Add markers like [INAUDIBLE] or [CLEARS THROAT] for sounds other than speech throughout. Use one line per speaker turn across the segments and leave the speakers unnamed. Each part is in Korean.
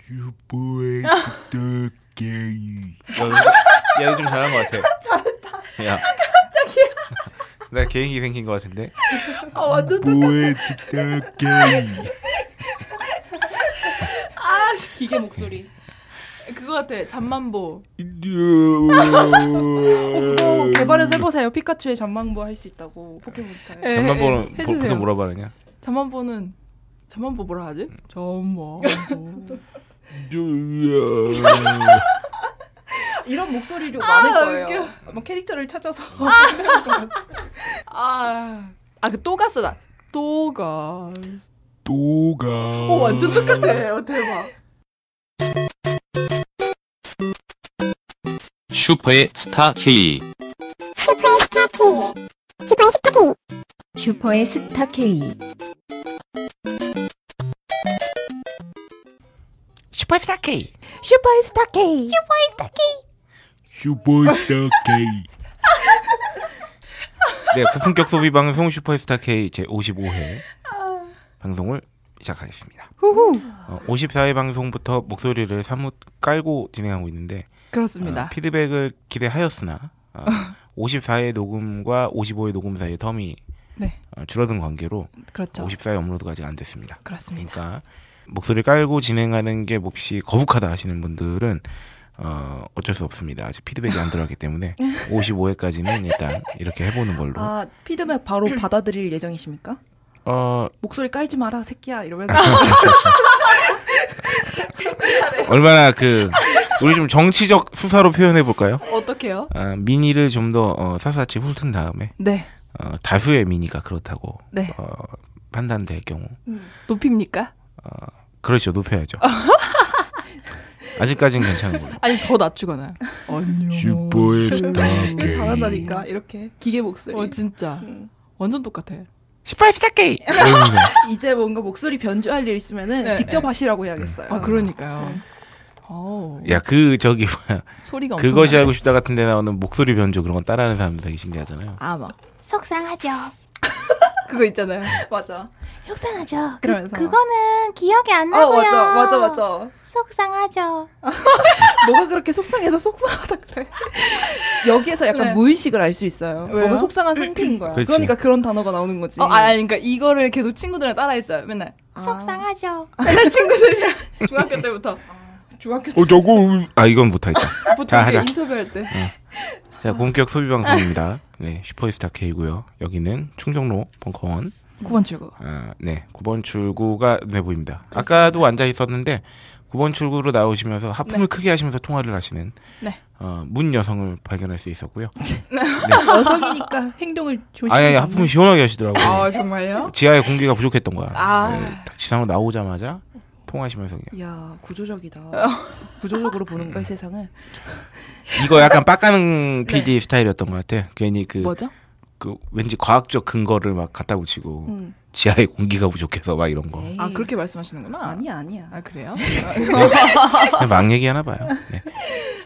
슈퍼에 부탁해.
야, 야, 좀 잘한 것 같아.
잘했다.
야,
깜짝이야.
나 개인기 생긴 것 같은데.
아, 완전 똑
슈퍼에 부탁해.
아, 기계 목소리. 그거 같아. 잠만보.
그거 개발해서 해보세요. 피카츄의 전망부 할 수 있다고 포켓몬스타에.
에.
네. 잠만 보는
해주세요.
보통 뭐라 말하냐?
잠만보는 잠만보 뭐라 하지? 잠만보.
이런 목소리로 많을
아,
거예요.
웃겨.
아마 캐릭터를 찾아서. [LAUGHS]
아, 아그 또가스다. 또가.
또가.
오 어, 완전 똑같아. 어, 대박.
슈퍼의 스타 K.
슈퍼의 스타 K.
슈퍼스타 K.
슈퍼스타 K.
슈퍼스타 K.
네, 고품격 소비 방송 슈퍼스타 K 제 55회 방송을 시작하겠습니다.
후후.
어, 54회 방송부터 목소리를 사뭇 깔고 진행하고 있는데 어,
그렇습니다.
피드백을 기대하였으나
[LAUGHS]
어, 54회 녹음과 55회 녹음 사이의 텀이
네.
어, 줄어든 관계로
그렇죠.
54회 업로드가 아직 안 됐습니다.
그렇습니다.
그러니까 목소리 깔고 진행하는 게 몹시 거북하다 하시는 분들은 어, 어쩔 수 없습니다. 아직 피드백이 안 들어왔기 때문에
[LAUGHS]
55회까지는 일단 이렇게 해보는 걸로.
어.
아 피드백 [CLEARS THROAT] 바로 받아들일 예정이십니까?
어,
목소리 깔지 마라 새끼야 이러면서.
얼마나 그 우리 좀 정치적 수사로 표현해 볼까요?
어떻게요?
아, 미니를 좀 더 어, 사사치 훑은 다음에
네.
어, 다수의 미니가 그렇다고
네.
어, 판단될 경우
높입니까? [LAUGHS]
그렇죠 높여야죠. 아직까지는 괜찮은 걸로.
아니 더 낮추거나. 안녕.
슈퍼의 스타
어, 이거
K.
잘한다니까 이렇게 기계 목소리.
어 진짜.
음.
완전 똑같아.
시발 시작해. 이러면서.
이제 뭔가 목소리 변조할 일 있으면은
네,
직접
네.
하시라고 해야겠어요.
아 그러니까요. 어
야그 저기 뭐야
소리가 엄청.
예, 그것이 알고 싶다 같은데 나오는 목소리 변조 그런 건 따라하는 사람들 되게 신기하잖아요.
아마
속상하죠.
그거 있잖아요.
맞아.
속상하죠. 그,
그러면서.
그거는 기억이 안
어
나고요.
맞아 맞아 맞아.
속상하죠.
뭐가 그렇게 속상해서 속상하다 [LAUGHS] 그래? 여기에서 약간
네.
무의식을 알 수 있어요.
왜요?
뭔가 속상한 상태인 거야.
그렇지.
그러니까 그런 단어가 나오는 거지.
어, 아, 아니, 그러니까 이거를 계속 친구들이랑 따라했어요. 맨날.
아.
속상하죠.
맨날 친구들이랑 [LAUGHS] 중학교 때부터.
중학교
어 저거
아 이건 못하겠다.
보통
자
이렇게
하자.
인터뷰할 때.
[LAUGHS] 자 공격 소비 방송입니다. 네 슈퍼스타 K고요. 여기는 충정로 벙커원.
9번 출구.
아, 네. 9번 출구가 눈에 보입니다. 아까도 앉아 있었는데 9번 출구로 나오시면서 하품을 크게 하시면서 통화를 하시는
네.
어, 문 여성을 발견할 수 있었고요.
[LAUGHS] 여성이니까 행동을 조심해.
아예 하품을 시원하게 하시더라고요.
아, 정말요?
지하에 공기가 부족했던 거야. 네,
아.
딱 지상으로 나오자마자 통화하시면서 그냥
야 구조적이다. 구조적으로 보는 거야 세상을.
이거 약간
[LAUGHS]
빡가는 PD 스타일이었던 것 같아. 괜히 그,
네. 뭐죠?
그 왠지 과학적 근거를 막 갖다 붙이고
음.
지하에 공기가 부족해서 막 이런 거.
에이.
아, 그렇게 말씀하시는구나.
아니야 아니야.
아, 그래요?
그냥 막 얘기하나 봐요. 네.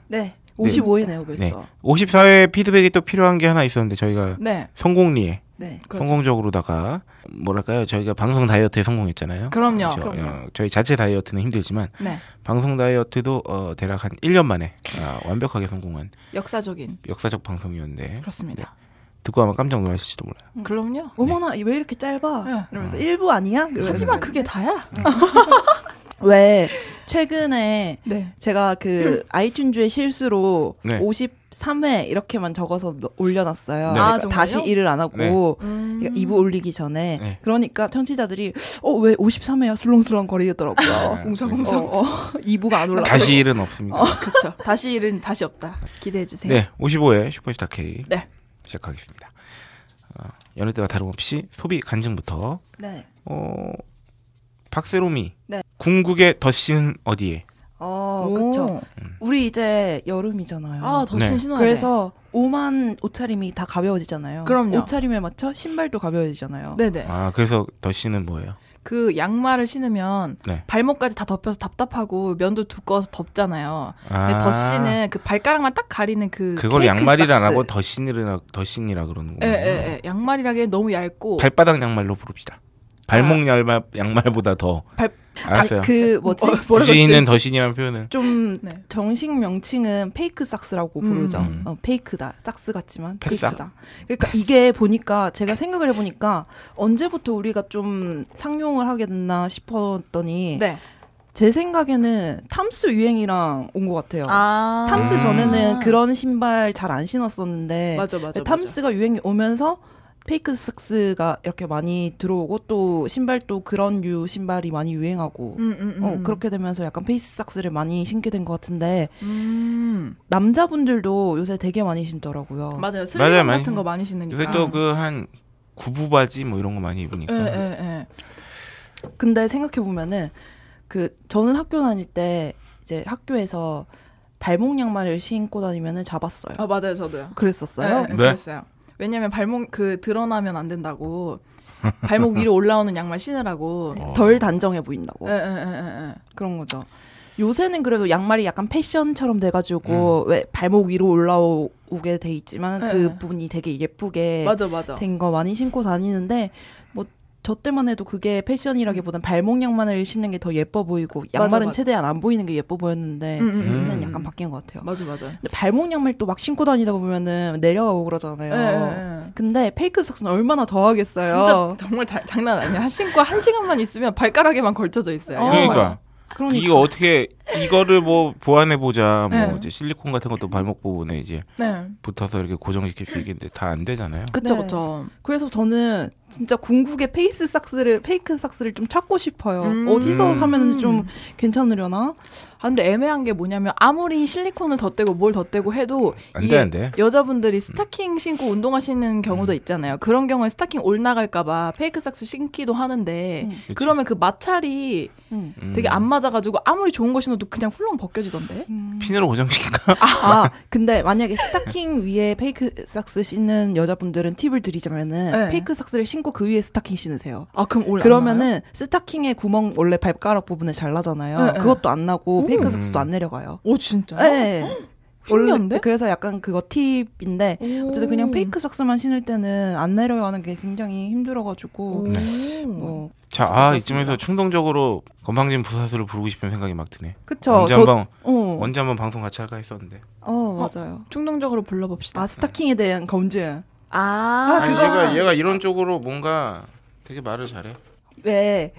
네. 55회네요
네.
벌써.
54회 피드백이 또 필요한 게 하나 있었는데 저희가
네.
성공리에
네.
그렇죠.
성공적으로다가 뭐랄까요 저희가 방송 다이어트에 성공했잖아요.
그럼요.
저,
그럼요.
어, 저희 자체 다이어트는 힘들지만
네.
방송 다이어트도 어, 대략 한 1년 만에 아, 완벽하게 성공한
역사적인.
역사적 방송이었는데
그렇습니다.
듣고 아마 깜짝 놀라실지도 몰라요.
그럼요.
어머나 왜 이렇게 짧아?
네.
이러면서 일부 아니야? 이러면서.
하지만 그게 다야.
그- 왜 최근에
네.
제가 그 아이튠즈의 실수로
네.
53회 이렇게만 적어서 넣- 올려놨어요. 그러니까
네.
아, 정말요?
다시 일을 안 하고
음.
그러니까 2부 올리기 전에
네.
그러니까 청취자들이 어 왜 53회야 술렁술렁
아,
[LAUGHS] 거리더라고요. 어,
웅성웅성. 어,
어, 2부가 안 올라.
다시 일은 없습니다.
그쵸. 다시 일은 다시 없다. 기대해 주세요.
네, 55회 슈퍼스타 K
네.
시작하겠습니다. 어, 여느 때와 다름없이 소비 간증부터
네.
어, 박세롬이
네.
궁극의 더씨는 어디에?
어
오.
그쵸. 우리 이제 여름이잖아요.
아, 더
네.
신신하네.
그래서 오만 옷차림이 다 가벼워지잖아요.
그럼요.
옷차림에 맞춰 신발도 가벼워지잖아요.
네네.
아 그래서 더씨는 뭐예요?
그 양말을 신으면
네.
발목까지 다 덮여서 답답하고 면도 두꺼워서 덥잖아요. 근데
아.
더씨는 그 발가락만 딱 가리는 그
그걸
케이크
양말이라 안
삭스.
하고 더신이라 더신이라 그러는
예,
거예요.
예, 예. 양말이라기엔 너무 얇고
발바닥 양말로 부릅시다. 발목 양말 양말보다 더
발-
아, 알았어요.
그 뭐지?
굳이 있는 더신이라는 표현을
좀
[LAUGHS] 네.
정식 명칭은 페이크 삭스라고
음.
부르죠.
음.
어, 페이크다, 삭스 같지만
패싹.
페이크다. 그러니까 이게 보니까 제가 생각을 해보니까 언제부터 우리가 좀 상용을 하게 됐나 싶었더니
네.
제 생각에는 탐스 유행이랑 온 것 같아요.
아.
탐스
음.
전에는 그런 신발 잘 안 신었었는데
맞아 맞아.
탐스가 유행이 오면서 페이크 삭스가 이렇게 많이 들어오고 또 신발도 그런 류 신발이 많이 유행하고
맞아. 음, 음, 음.
어, 그렇게 되면서 약간 페이스 삭스를 많이 신게 된 것 같은데
음.
남자분들도 요새 되게 많이 신더라고요.
맞아요. 슬림
많이-
같은 거 많이 신으니까.
요새 또 그 한 구부 바지 뭐 이런 거 많이 입으니까
아. 예, 예, 예.
근데 생각해 보면은 그 저는 학교 다닐 때 이제 학교에서 발목 양말을 신고 다니면은 잡았어요.
아, 맞아요. 저도요.
그랬었어요.
예, 예,
네.
그랬어요. 왜냐면 발목 그 드러나면 안 된다고 발목 위로 올라오는 양말 신으라고.
덜 단정해 보인다고
예, 예, 예, 예, 예.
어. 그런 거죠. 요새는 그래도 양말이 약간 패션처럼 돼가지고 왜 발목 위로 올라오게 돼 있지만
네.
그 부분이 되게 예쁘게
맞아 맞아.
된 거 많이 신고 다니는데 뭐 저 때만 해도 그게 패션이라기보단 발목 양말을 신는 게 더 예뻐 보이고
음. 맞아,
양말은
맞아.
최대한 안 보이는 게 예뻐 보였는데
음, 음, 음,
요새는
음.
약간 바뀐 것 같아요.
맞아 맞아.
근데 발목 양말 또 막 신고 다니다 보면은 내려가고
예,
그러잖아요.
예, 예.
근데 페이크 삭스는 얼마나 더
진짜
하겠어요.
정말 다- 장난 아니야. 한 신고 한 시간만 있으면 발가락에만 걸쳐져 있어요.
어.
그러니까
그러니까
이거 어떻게 이거를 뭐 보완해 보자 뭐
네.
이제 실리콘 같은 것도 발목 부분에 이제
네.
붙어서 이렇게 고정시킬 수 있겠는데 다 안 되잖아요.
그쵸
네.
그쵸. 그래서 저는 진짜 궁극의 페이스 삭스를 페이크 삭스를 좀 찾고 싶어요.
음.
어디서 사면
음.
좀 괜찮으려나?
아, 근데 애매한 게 뭐냐면 아무리 실리콘을 덧대고 뭘 덧대고 해도
안
이게
되는데. 음.
여자분들이 스타킹 신고 운동화 신는 경우도 있잖아요. 그런 경우에 스타킹 올라갈까봐 페이크 삭스 신기도 하는데
음.
그치?
그러면 그 마찰이
음.
음,
되게 안 맞아가지고 아무리 좋은 거 신어도 그냥 훌렁 벗겨지던데.
그
핀으로
[LAUGHS]
고정시킬까?
아, 근데 만약에 스타킹 위에 페이크 삭스 신는 여자분들은 팁을 드리자면은
네.
페이크 삭스를 신고 그 위에 스타킹 신으세요.
아 그럼 올
그러면은 스타킹의 구멍 원래 발가락 부분에 잘 나잖아요.
네,
그것도 안 나고 페이크 삭스도
음.
안 내려가요.
오 진짜?
네.
신기한데?
그래서 약간 그거 팁인데 어쨌든 그냥 페이크 삭스만 신을 때는 안 내려가는 게 굉장히 힘들어가지고
네.
오.
뭐
자, 아 이쯤에서 충동적으로 건방진 부사수를 부르고 싶은 생각이 막 드네.
그쵸.
언제
저
한번
어,
언제 한번 방송 같이 할까 했었는데.
어 맞아요.
충동적으로 불러봅시다.
아 스타킹에 대한 검증.
아,
아니, 얘가 얘가 이런 쪽으로 뭔가 되게 말을 잘해.
왜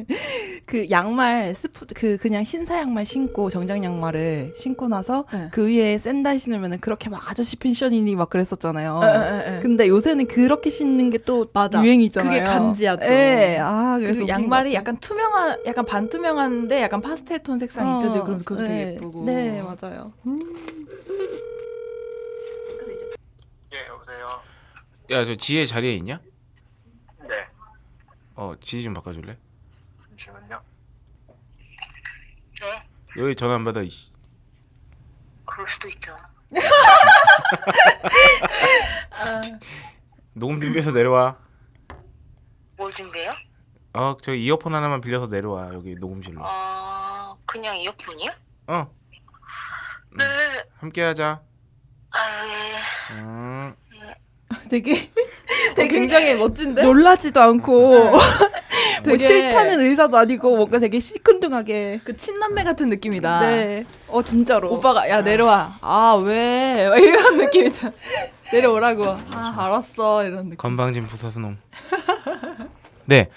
[LAUGHS] 그 양말 스포 그 그냥 신사 양말 신고 정장 양말을 신고 나서
네.
그 위에 샌들 신으면은 그렇게 막 아저씨 펜션이니 막 그랬었잖아요.
에, 에, 에.
근데 요새는 그렇게 신는 게 또
네, 맞아.
유행이잖아요.
그게 간지야, 또.
예. 아 그래서
그리고
웃긴
양말이
것 같아요.
약간 투명한, 약간 반투명한데 약간 파스텔 톤 색상
어,
입혀지고 그럼 그것도 되게
네.
예쁘고.
네 맞아요.
[LAUGHS]
예, 여보세요.
야, 저 지혜 자리에 있냐?
네,
어, 지혜 좀 바꿔 줄래?
잠시만요.
여기 전화 안 받아. 이씨.
그럴 수도 있죠.
녹음 준비해서 내려와.
뭘 준비해요?
어, 저 이어폰 하나만 빌려서 내려와. 여기 녹음실로.
아, 그냥 이어폰이요?
어,
네.
함께 하자.
아, 예.
음.
되게
되게 어, 굉장히 멋진데?
네? 놀라지도 [LAUGHS] 않고
네. 되게-
뭐 싫다는 의사도 아니고 뭔가 되게 시큰둥하게.
그 친남매 같은 느낌이다.
네. 어 진짜로.
오빠가 야 내려와. 아 왜? 막 이런 느낌이다. [LAUGHS] 내려오라고. 아 알았어 이런 느낌.
건방진 부사스놈. [LAUGHS] 네.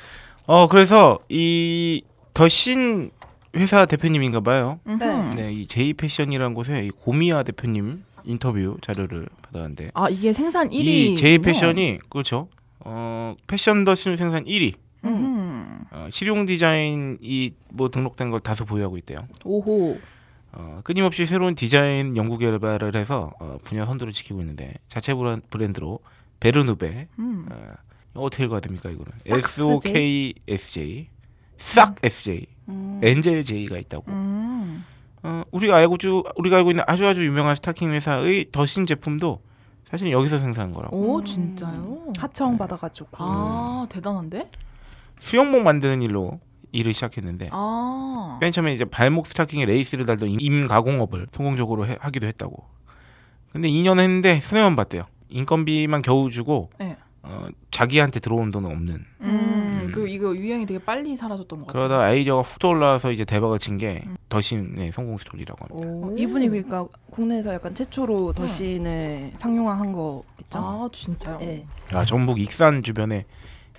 어, 그래서 이 더신 회사 대표님인가 봐요.
네.
네, 이 제이 패션이라는 곳에 이 고미아 대표님 인터뷰 자료를 받았는데
아 이게 생산 1위.
이 제이 패션이 그렇죠. 어, 패션 더신 생산 1위.
음.
어, 실용 디자인이 뭐 등록된 걸 다수 보유하고 있대요.
오호.
어, 끊임없이 새로운 디자인 연구 개발을 해서 어, 분야 선두를 지키고 있는데 자체 브랜- 브랜드로 베르누베
음.
어, 이거 어떻게 읽어야 됩니까 이거는 S O K
SOKSJ?
S J 싹 S J
음.
엔젤 J가 있다고
음.
어, 우리가 알고 주, 우리가 알고 있는 아주 아주 유명한 스타킹 회사의 더신 제품도 사실 여기서 생산한 거라고
오 진짜요?
음. 하청 받아가지고.
아
네.
대단한데?
수영복 만드는 일로 일을 시작했는데
아.
맨 처음에 이제 발목 스타킹에 레이스를 달던 임- 임가공업을 성공적으로 해- 하기도 했다고. 근데 2년 했는데 수혜만 받대요. 인건비만 겨우 주고
네.
어, 어, 자기한테 들어온 돈은 없는.
음, 그 이거 유행이 되게 빨리 사라졌던 것 같아요.
그러다 아이디어가 훅 떠올라서 이제 대박을 친 게
음.
더신의 성공 스토리라고 합니다.
오. 네.
어, 이분이 그러니까 국내에서 약간 최초로 더신을 상용화한 거 있죠.
아 진짜요?
예.
아, 전북 익산 주변에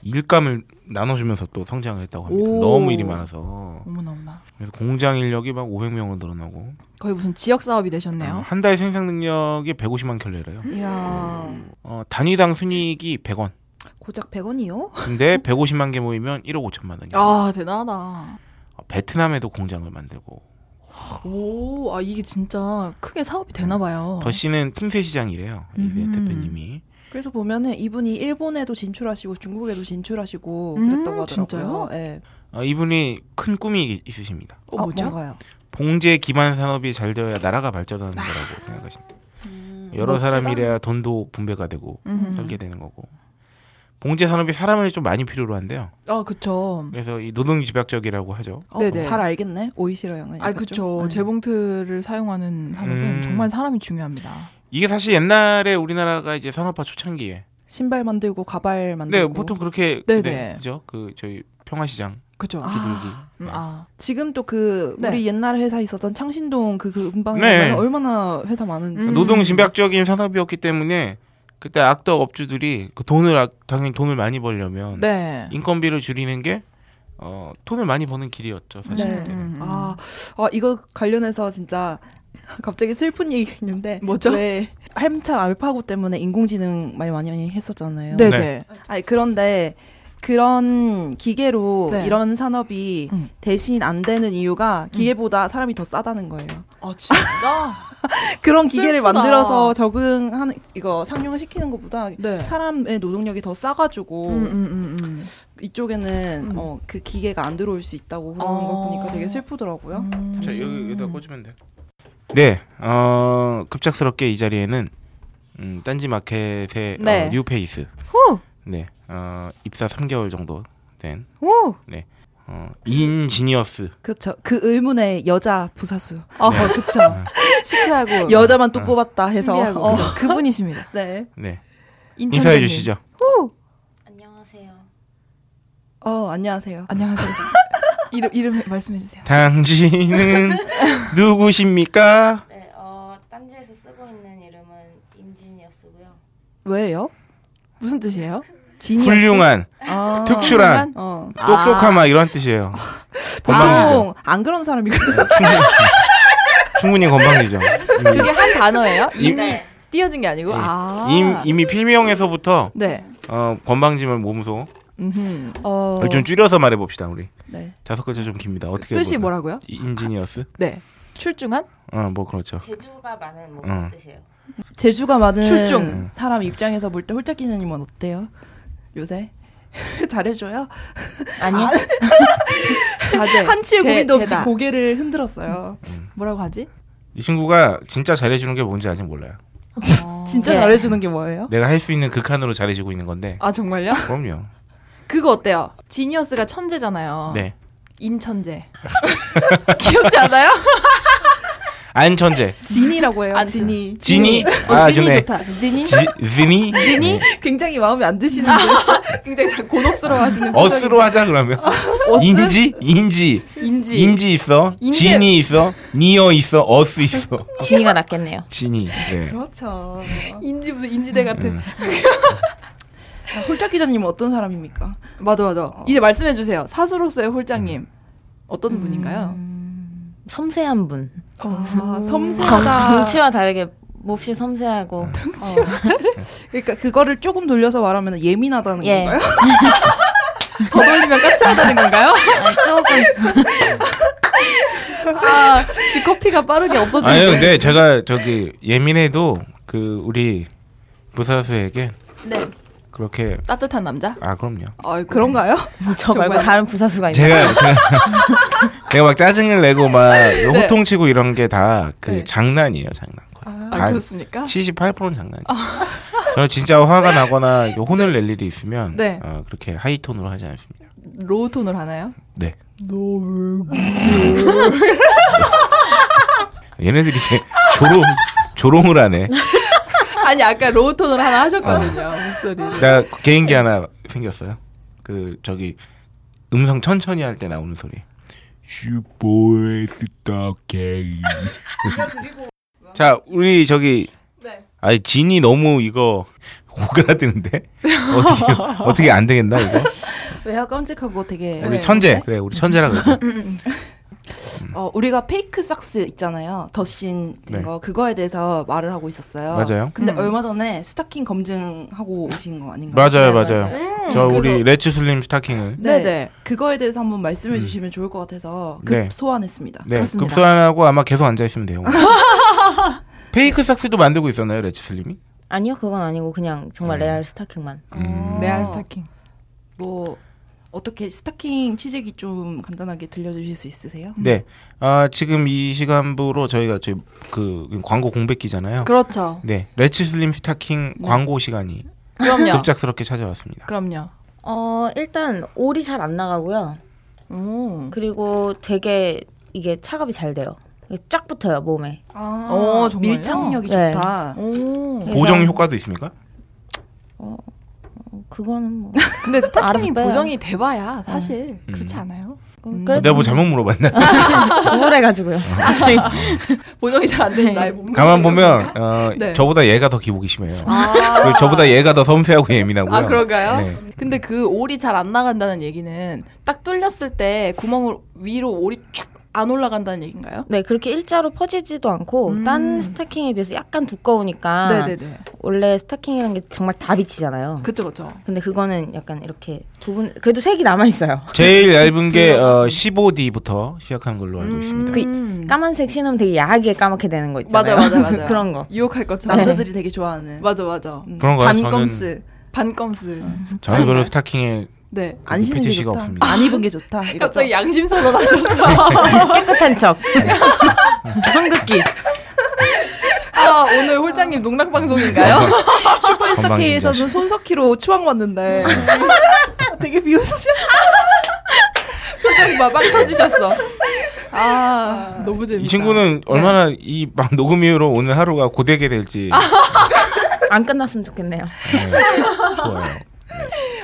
일감을 나눠주면서 또 성장을 했다고 합니다.
오.
너무 일이 많아서
어머나 어머나.
그래서 공장 인력이 막 500명으로 늘어나고
거의 무슨 지역 사업이 되셨네요.
한 달 생산 능력이 150만 켤레래요.
이야
어, 단위당 순이익이 100원.
음. 고작 100원이요?
근데 150만 개 모이면 1억 5천만 원이야.
아 대단하다.
어, 베트남에도 공장을 만들고
오, 아 이게 진짜 크게 사업이 되나 봐요.
더 씨는 틈새 시장이래요. 이게
어. 음.
대표님이
그래서 보면은 이분이 일본에도 진출하시고 중국에도 진출하시고
음,
그랬다고 하더라고요.
진짜요?
예.
어, 이분이 큰 꿈이 있으십니다.
어, 뭐죠?
아, 뭔가요?
봉제 기반 산업이 잘 되어야 나라가 발전하는 거라고 생각하신다. 여러
아. 음, 멋지다.
사람이래야 돈도 분배가 되고
음.
설계되는 거고. 봉제 산업이 사람을 좀 많이 필요로 한대요.
아 그쵸.
그래서 이 노동 집약적이라고 하죠.
어,
네네.
잘 알겠네. 오이시러 양은. 예.
아 그쵸.
네.
재봉틀을 사용하는 산업은
음.
정말 사람이 중요합니다.
이게 사실 옛날에 우리나라가 이제 산업화 초창기에
신발 만들고 가발
네
만들고.
보통 그렇게
네네.
네, 그죠 그 저희 평화시장
그쵸.
아.
비둘기
음,
네.
아.
지금 또 그
네.
우리 옛날 회사 있었던 창신동 그 근방에
네.
보면 얼마나 회사 많은지.
음.
노동 집약적인 산업이었기 때문에 그때 악덕 업주들이 그 돈을 아- 당연히 돈을 많이 벌려면
네.
인건비를 줄이는 게 어, 돈을 많이 버는 길이었죠 사실.
네.
그때는.
음.
아, 아 이거 관련해서 진짜 [LAUGHS] 갑자기 슬픈 얘기가 있는데
뭐죠?
왜 한참 네. 알파고 때문에 인공지능 많이 많이 했었잖아요.
네네.
네.
아니 그런데 그런 기계로
네.
이런 산업이
음.
대신 안 되는 이유가 기계보다 사람이 더 싸다는 거예요.
아 진짜.
그런 기계를
슬프다.
만들어서 적응하는 이거 상용시키는 것보다
네.
사람의 노동력이 더 싸가지고
음, 음, 음, 음.
이쪽에는
음.
어, 그 기계가 안 들어올 수 있다고 그런
어.
거 보니까 되게 슬프더라고요.
음.
자 여기 여기다 꽂으면 돼. 네, 어, 급작스럽게 이 자리에는 음, 딴지 마켓의
네.
어, 뉴페이스,
호!
네, 어, 입사 3개월 정도 된
오!
어, 인지니어스.
그렇죠. 그 의문의 여자 부사수.
어, 그쵸. 시크하고
여자만 또 뽑았다 해서
신기하고
어,
그죠. 그분이십니다.
네.
네,
인천장님.
인사해 주시죠.
안녕하세요.
어, 안녕하세요.
안녕하세요. 이름 이름 말씀해 주세요. [LAUGHS]
당신은 누구십니까?
네, 어, 딴지에서 쓰고 있는 이름은 인지니어스고요.
왜요?
무슨 뜻이에요?
지니어스?
훌륭한,
아.
특출한,
어.
아.
똑똑하마 이런
[LAUGHS]
뜻이에요. 건방지죠.
보통 안 그런 사람이 그래.
충분히, 충분히
[LAUGHS]
건방지죠. 이미,
그게 한 단어예요?
이-
이미
네,
띄어진 게 네. 아니고. 아.
임- 이미 필명에서부터
네.
어, 건방짐을 몸소
음흠.
어.
아, 좀 줄여서 말해봅시다 우리
네.
다섯 글자 좀 깁니다. 어떻게
뜻이
해볼까요?
뭐라고요?
이- 인지니어스?
네. 출중한?
어뭐 그렇죠.
재주가 많은 뭐
응.
음.
그런 뜻이에요.
재주가 많은
출중.
사람 입장에서 볼 때 홀짝 기자님은 어때요? 요새 [LAUGHS] 잘해줘요?
아니요. [LAUGHS] 자제.
한치의
제-
고민도 없이
제다.
고개를 흔들었어요.
뭐라고 하지?
이 친구가 진짜 잘해주는 게 뭔지 아직 몰라요.
어.
진짜
네.
잘해주는 게 뭐예요?
내가 할 수 있는 극한으로 잘해주고 있는 건데
아 정말요?
그럼요.
그거 어때요? 지니어스가 천재잖아요.
네
인천재. 귀엽지 않아요?
안천재
진이라고 해요.
아,
진이.
지니
어, 지니
좋네.
좋다. 지니?
지, 지니
지니?
[LAUGHS] 굉장히 마음에 안 드시는데.
굉장히 다 곤혹스러워하시는
네. 어스로 하자 그러면
어스?
인지 인지
인지.
인지 있어
인지.
지니 있어 니어 있어 어스 있어
지니가 낫겠네요.
지니 네.
그렇죠.
인지 무슨 인지대 같은.
자, 아, 홀짝 기자님은 어떤 사람입니까?
맞아 맞아. 이제 말씀해 주세요. 사수로서의 홀장님 어떤 분인가요?
섬세한 분.
아, 섬세하다.
덩치와 다르게 몹시 섬세하고. 덩치와
그러니까 그거를 조금 돌려서 말하면 예민하다는
예.
건가요?
더 돌리면 까칠하다는 건가요?
조금
[LAUGHS] 아 지금 커피가 빠르게 없어지는.
아니요 근데 제가 저기 예민해도 그 우리 부사수에게
네. 어,
그렇게
따뜻한 남자.
아 그럼요
아이
그런가요?
[LAUGHS] 저 말고
정말.
다른 부사수가 있나요?
네.
제가 제가- [LAUGHS] 제가 막 짜증을 내고 막 호통치고 이런 게 다 그
네.
장난이에요 장난
아 그렇습니까? 아.
78%는 장난이에요 저는 진짜 화가 나거나 이렇게 혼을 낼 일이 있으면
네.
어, 그렇게 하이톤으로 하지 않습니다
로우 톤을 하나요?
네 [LAUGHS] 얘네들이 이제 조롱 조롱을 하네
아니 아까 로우톤을 하나 하셨거든요
아.
목소리.
나 개인기 하나 생겼어요. 그 저기 음성 천천히 할 때 나오는 소리.
슈퍼스타 K.
자, 우리 저기
네.
아니 진이 너무 이거
[LAUGHS]
오그라드는데 어떻게 어떻게 안 되겠나 이거
[LAUGHS] 외화 깜찍하고 되게
아, 우리
네. 음,
천재 그래 우리 천재라 그러죠.
어, 우리가 페이크 삭스 있잖아요. 더신
네.
된거 그거에 대해서 말을 하고 있었어요.
맞아요.
근데
음.
얼마 전에 스타킹 검증하고 오신 거 아닌가요?
네,
맞아요, 맞아요. 저 우리
그래서-
레츠 슬림 스타킹을
네.
네네.
그거에 대해서 한번 말씀해 주시면 좋을 것 같아서 급
음. 네.
소환했습니다.
네
그렇습니다.
급소환하고 아마 계속 앉아 있으면 돼요.
[LAUGHS]
페이크 삭스도 만들고 있었나요 레츠 슬림이?
음.
아니요, 그건 아니고 그냥
음.
정말 레알 스타킹만.
음.
어,
네,
아.
레알 스타킹.
뭐 어떻게 스타킹 취재기 좀 간단하게 들려주실 수 있으세요?
음.
네. 아 지금 이 시간부로 저희가 저희 그 광고 공백기잖아요.
그렇죠.
네 레츠 슬림 스타킹
네.
광고 시간이
그럼요.
급작스럽게 찾아왔습니다.
그럼요.
어, 일단 올이 잘 안 나가고요.
오.
뭐
그리고 되게 이게 차갑이 잘 돼요. 이게 쫙 붙어요, 몸에.
아,
어, 정말요?
밀착력이
네.
좋다.
오.
그래서-
보정 효과도 있습니까?
어, 그거는 뭐.
근데 스타킹이
알아서 빼요.
보정이 돼봐야 사실
음.
그렇지 않아요?
그래도
내가 뭐 잘못 물어봤나?
아,
우울해가지고요.
보정이 잘 안 되는
네.
나의 몸.
[LAUGHS] 가만 보면 어,
네.
저보다 얘가 더 기복이 심해요.
아,
그리고 저보다 얘가 더 섬세하고 예민하고요.
아 그런가요?
네.
근데 그 올이 잘 안 나간다는 얘기는 딱 뚫렸을 때 구멍을 위로 올이 쫙 안 올라간다는 얘기인가요?
네, 그렇게 일자로 퍼지지도 않고
음.
어, 딴 스타킹에 비해서 약간 두꺼우니까
네네네.
원래 스타킹이라는 게 정말 다 비치잖아요.
어. 그쵸 그쵸.
근데 그거는 약간 이렇게 두분 그래도 색이 남아 있어요.
제일 얇은 게 어, 15D부터 시작하는 걸로 알고 있습니다.
그
까만색 신으면 되게 야하게 까맣게 되는 거
맞아
있잖아요.
맞아 맞아.
[LAUGHS] 그런 거. 네.
유혹할 것처럼.
남자들이 되게 좋아하는
맞아 맞아.
음,
그런가요?
반검스
반검스.
어.
저는 그런 스타킹에
네.
안 신는 게
패티시가
좋다.
없습니다.
안 입은 게 좋다. 이거죠?
갑자기 양심
[LAUGHS]
선언하셨어.
깨끗한 척. 성극기.
아 오늘 홀장님 농락 방송인가요? [LAUGHS]
건방진다.
슈퍼스타K에서는 그 손석희로 추앙받는데 [LAUGHS] 되게 비웃으셔.
네.
표정이 막빵 터지셨어. 아 너무 재밌다.
이 친구는 얼마나 이 막 녹음 이후로 오늘 하루가 고되게 될지
아.
안 끝났으면 좋겠네요.
네, 좋아요.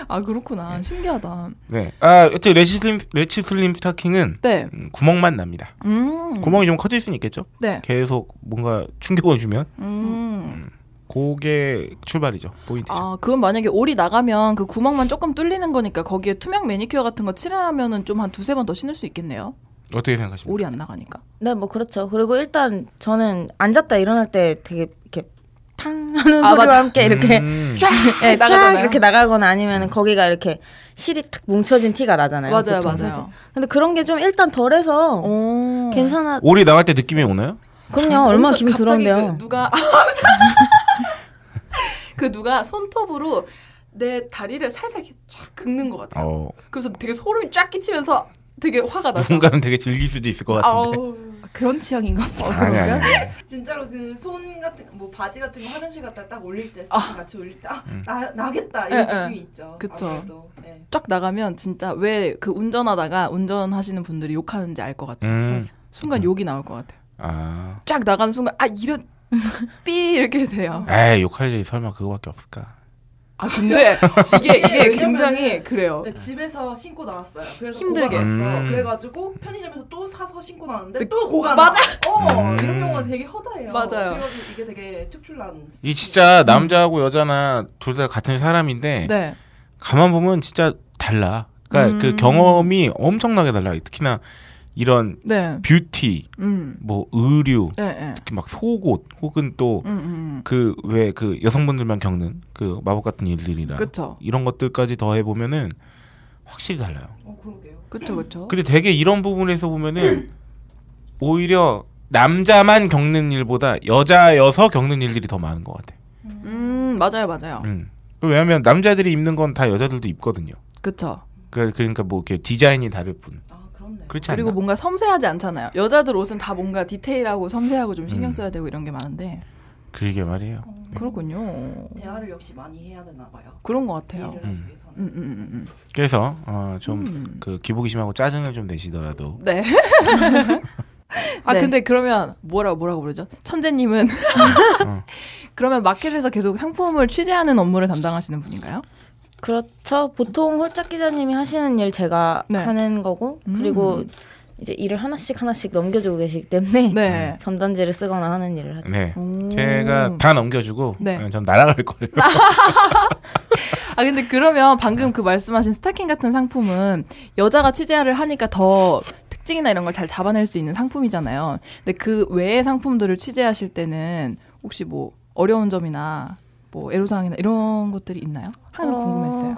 아 그렇구나. 신기하다.
네. 아, 여튼 레치 슬림, 레치 슬림 스타킹은
네.
음, 구멍만 납니다.
음.
구멍이 좀 커질 수는 있겠죠?
네.
계속 뭔가 충격을 주면
음.
그게 출발이죠. 포인트죠.
아, 그건 만약에 올이 나가면 그 구멍만 조금 뚫리는 거니까 거기에 투명 매니큐어 같은 거 칠하면은 좀 한 두세 번 더 신을 수 있겠네요.
어떻게 생각하십니까?
올이 안 나가니까.
네, 뭐 그렇죠. 그리고 일단 저는 앉았다 일어날 때 되게 이렇게 탕 하는
아,
소리와
맞아.
함께 이렇게
[LAUGHS]
음.
쫙, 네, 쫙
나가잖아요.
이렇게 나가거나 아니면 거기가 이렇게 실이 탁 뭉쳐진 티가 나잖아요.
맞아요,
그렇죠.
어.
보통
맞아요.
근데 그런 게 좀 일단 덜해서
오.
괜찮아.
올이 나갈 때 느낌이 오나요?
그럼요. 얼마나
갑자기
기분
그
들었는데요.
누가 [LAUGHS] 그 누가 손톱으로 내 다리를 살살 이렇게 쫙 긁는 것 같아요.
어,
그래서 되게 소름이 쫙 끼치면서 되게 화가 나서.
누군가는 되게 즐길 수도 있을 것 같은데.
아우. 어,
그런 취향인가 봐.
아니 아니. 아니.
진짜로 그 손 같은 뭐 바지 같은 거 화장실 갔다 딱 올릴 때 스타킹 같이 올릴 때 아,
음.
나 나겠다 이런
예, 예.
느낌이 있죠.
그쵸.
아무래도. 네.
쫙 나가면 진짜 왜 그 운전하다가 운전하시는 분들이 욕하는지 알 것 같아요.
음.
순간 욕이 나올 것 같아요.
아.
쫙 나가는 순간 아 [LAUGHS] 이런 삐 이렇게 돼요.
에이, 욕할 일이 설마 그거밖에 없을까?
아 근데 이게 이게
왜냐면은-
굉장히 그래요.
네, 집에서 신고 나왔어요. 그래서
힘들게.
고가 났어.
음.
그래가지고 편의점에서 또 사서 신고 나왔는데
네.
또 고가
맞아.
나. 어
음.
이런 경우가 되게 허다해요.
맞아요.
그래가지고 이게 되게 특출난.
이 진짜 남자하고 여자나 둘 다 같은 사람인데
네.
가만 보면 진짜 달라. 그러니까
음.
그 경험이 엄청나게 달라. 특히나 이런
네.
뷰티,
음.
뭐 의류,
예, 예.
특히 막 속옷 혹은
음, 음.
또 그 왜 그 여성분들만 겪는 그 마법 같은 일들이라
그렇죠.
이런 것들까지 더해 보면은 확실히 달라요.
어 그러게요.
그렇죠. 그렇죠.
근데 되게 이런 부분에서 보면은
음.
오히려 남자만 겪는 일보다 여자여서 겪는 일들이 더 많은 것 같아.
음, 맞아요. 맞아요.
음. 그 왜냐하면 남자들이 입는 건 다 여자들도 입거든요.
그렇죠.
그- 그러니까 뭐 이렇게 디자인이 다를 뿐.
아 그렇네.
그렇지 않나?
그리고 뭔가 섬세하지 않잖아요. 여자들 옷은 다 뭔가 디테일하고 섬세하고 좀 신경
음. 네.
써야 되고 이런 게 많은데.
그러게 말이에요.
어. 그렇군요.
대화를 역시 많이 해야 되나 봐요.
그런 것
일을
같아요.
하기
음.
위해서는.
음, 음, 음,
그래서
음.
어좀 그
음.
기복이 심하고 짜증을 좀 내시더라도
네. 아
네.
근데 그러면 뭐라고 뭐라고 부르죠? 천재님은 그러면 마켓에서 계속 상품을 취재하는 업무를 담당하시는 분인가요?
그렇죠. 보통 홀짝 기자님이 하시는 일 제가
네.
하는 거고
음.
그리고 이제 일을 하나씩 하나씩 넘겨주고 계시기 때문에
네.
전단지를 쓰거나 하는 일을 하죠.
네.
오.
제가 다 넘겨주고
음. 네.
어, 전 날아갈 거예요.
아 근데 그러면 방금 그 말씀하신 스타킹 같은 상품은 여자가 취재를 하니까 더 특징이나 이런 걸 잘 잡아낼 수 있는 상품이잖아요. 근데 그 외의 상품들을 취재하실 때는 혹시 뭐 어려운 점이나 뭐 애로사항이나 이런 것들이 있나요? 항상
어,
궁금했어요.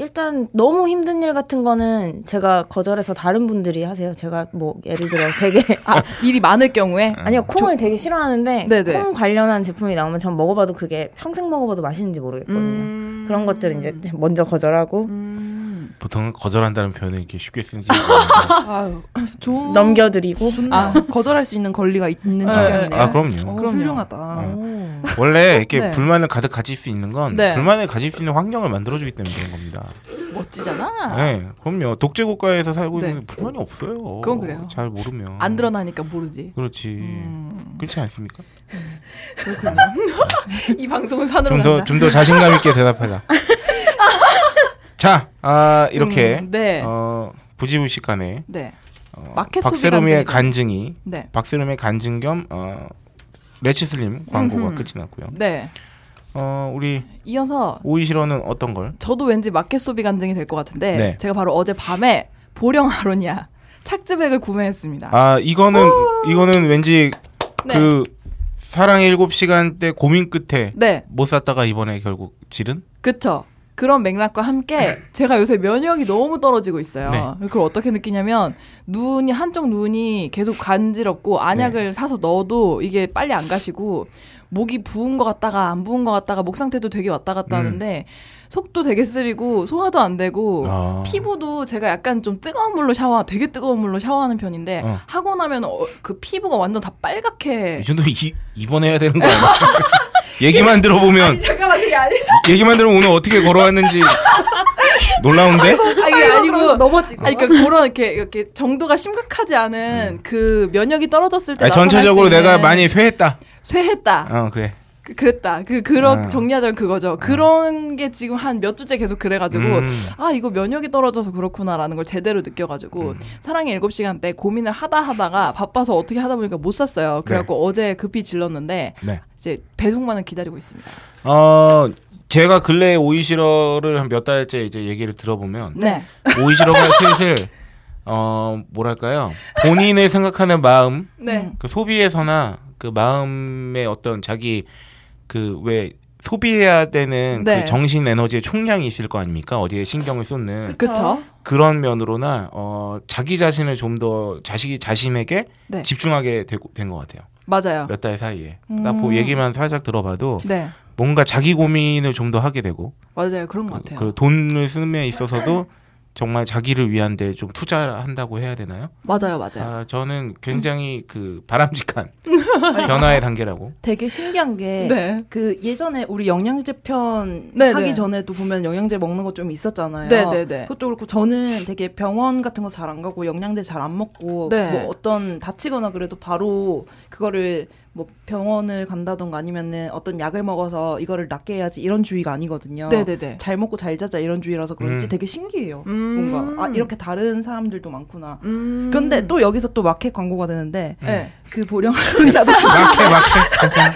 일단 너무 힘든 일 같은 거는 제가 거절해서 다른 분들이 하세요. 제가 뭐 예를 들어
[LAUGHS]
되게
아 일이 많을 경우에
아니요 콩을 되게 싫어하는데
네네.
콩 관련한 제품이 나오면 전 먹어봐도 그게 평생 먹어봐도 맛있는지 모르겠거든요.
음.
그런 것들은 이제 먼저 거절하고
음.
보통은 거절한다는 표현을 이렇게 쉽게
[LAUGHS]
쓰는지 모르겠는데.
아유, 좋은
넘겨드리고
아, 거절할 수 있는 권리가 있는
네. 어.
직장이네요.
아 그럼요.
어,
[LAUGHS] 그럼요.
훌륭하다.
원래 이렇게
네.
불만을 가득 가질 수 있는 건
네.
불만을 가질 수 있는 환경을 만들어주기 때문에 그런 겁니다.
멋지잖아.
네, 그럼요. 독재 국가에서 살고
네.
있는 게 불만이 없어요.
그건 그래요.
잘 모르면
안 드러나니까 모르지.
그렇지.
음.
그렇지 않습니까?
이 방송은 산으로
좀 더 좀
간다.
더 자신감
[LAUGHS]
있게 대답하자. 자, 아, 이렇게
음, 네.
어, 부지불식간에
네.
어,
마켓 소비
박세롬의
간증이다.
간증이
네.
박세롬의 간증 겸 어, 레치슬림 광고가
음흠.
끝이 났고요.
네.
어, 우리
이어서
오이시로는 어떤 걸?
저도 왠지 마켓 소비 간증이 될 것 같은데
네.
제가 바로 어제 밤에 보령 아로니아 착즙액을 구매했습니다.
아, 이거는 이거는 왠지
네.
그 사랑의 일곱 시간 때 고민 끝에
네,
못 샀다가 이번에 결국 지른?
그쵸. 그런 맥락과 함께 제가 요새 면역이 너무 떨어지고 있어요.
네.
그걸 어떻게 느끼냐면 눈이 한쪽 눈이 계속 간지럽고 안약을
네.
사서 넣어도 이게 빨리 안 가시고 목이 부은 것 같다가 안 부은 것 같다가 목 상태도 되게 왔다 갔다
음.
하는데 속도 되게 쓰리고 소화도 안 되고
아.
피부도 제가 약간 좀 뜨거운 물로 샤워, 되게 뜨거운 물로 샤워하는 편인데
어.
하고 나면 어, 그 피부가 완전 다 빨갛게
이 정도 이, 입원해야 되는 거 아니야? [LAUGHS] 얘기만 들어보면
잠깐만 이게 아니
얘기만 들으면 오늘
[LAUGHS]
어떻게 걸어왔는지 놀라운데?
아니 이게 아니고 넘어지고 아니 그러니까 그런 이렇게 이렇게 정도가 심각하지 않은 그 면역이 떨어졌을 때
음. 아니,
나타날
전체적으로
수 있는
내가 많이 쇠했다.
쇠했다
어 그래.
그, 그랬다 그 그런
아.
정리하자면 그거죠 그런 게 지금 한 몇 주째 계속 그래가지고
음.
아 이거 면역이 떨어져서 그렇구나라는 걸 제대로 느껴가지고
음.
사랑의 일곱 시간 때 고민을 하다 하다가 바빠서 어떻게 하다 보니까 못 샀어요 그래갖고 어제 급히 질렀는데
네.
이제 배송만은 기다리고 있습니다
어 제가 근래 에 오이시러를 한 몇 달째 이제 얘기를 들어보면
네
오이시러가 슬슬 어 뭐랄까요 본인의 생각하는 마음
네.
그 소비에서나 그 마음의 어떤 자기 그 왜 소비해야 되는
네.
그 정신 에너지의 총량이 있을 거 아닙니까 어디에 신경을 쏟는
음. 그쵸
그런 면으로나 어, 자기 자신을 좀 더 자식이 자신에게
네.
집중하게 된 것 같아요.
맞아요
몇 달 사이에. 딱
음.
보, 얘기만 살짝 들어봐도
네
뭔가 자기 고민을 좀 더 하게 되고
맞아요 그런 것 같아요
그 돈을 쓰는 데 있어서도 정말 자기를 위한 데 좀 투자한다고 해야 되나요?
맞아요 맞아요
아, 저는 굉장히 그
[LAUGHS]
바람직한 변화의 단계라고.
되게 신기한 게
네.
그 예전에 우리 영양제 편
네,
하기
네.
전에도 보면 영양제 먹는 거 좀 있었잖아요.
네, 네, 네.
그것도 그렇고 저는 되게 병원 같은 거 잘 안 가고 영양제 잘 안 먹고
네.
뭐 어떤 다치거나 그래도 바로 그거를 뭐 병원을 간다던가 아니면은 어떤 약을 먹어서 이거를 낫게 해야지 이런 주의가
어,
아니거든요.
네네네.
잘 먹고 잘 자자 이런 주의라서 그런지
음.
되게 신기해요.
음.
뭔가 아 이렇게 다른 사람들도 많구나.
음.
그런데 또 여기서 또 마켓 광고가 되는데
음.
네.
그 보령 [LAUGHS] 아론이라도
막해 막해. 괜찮아.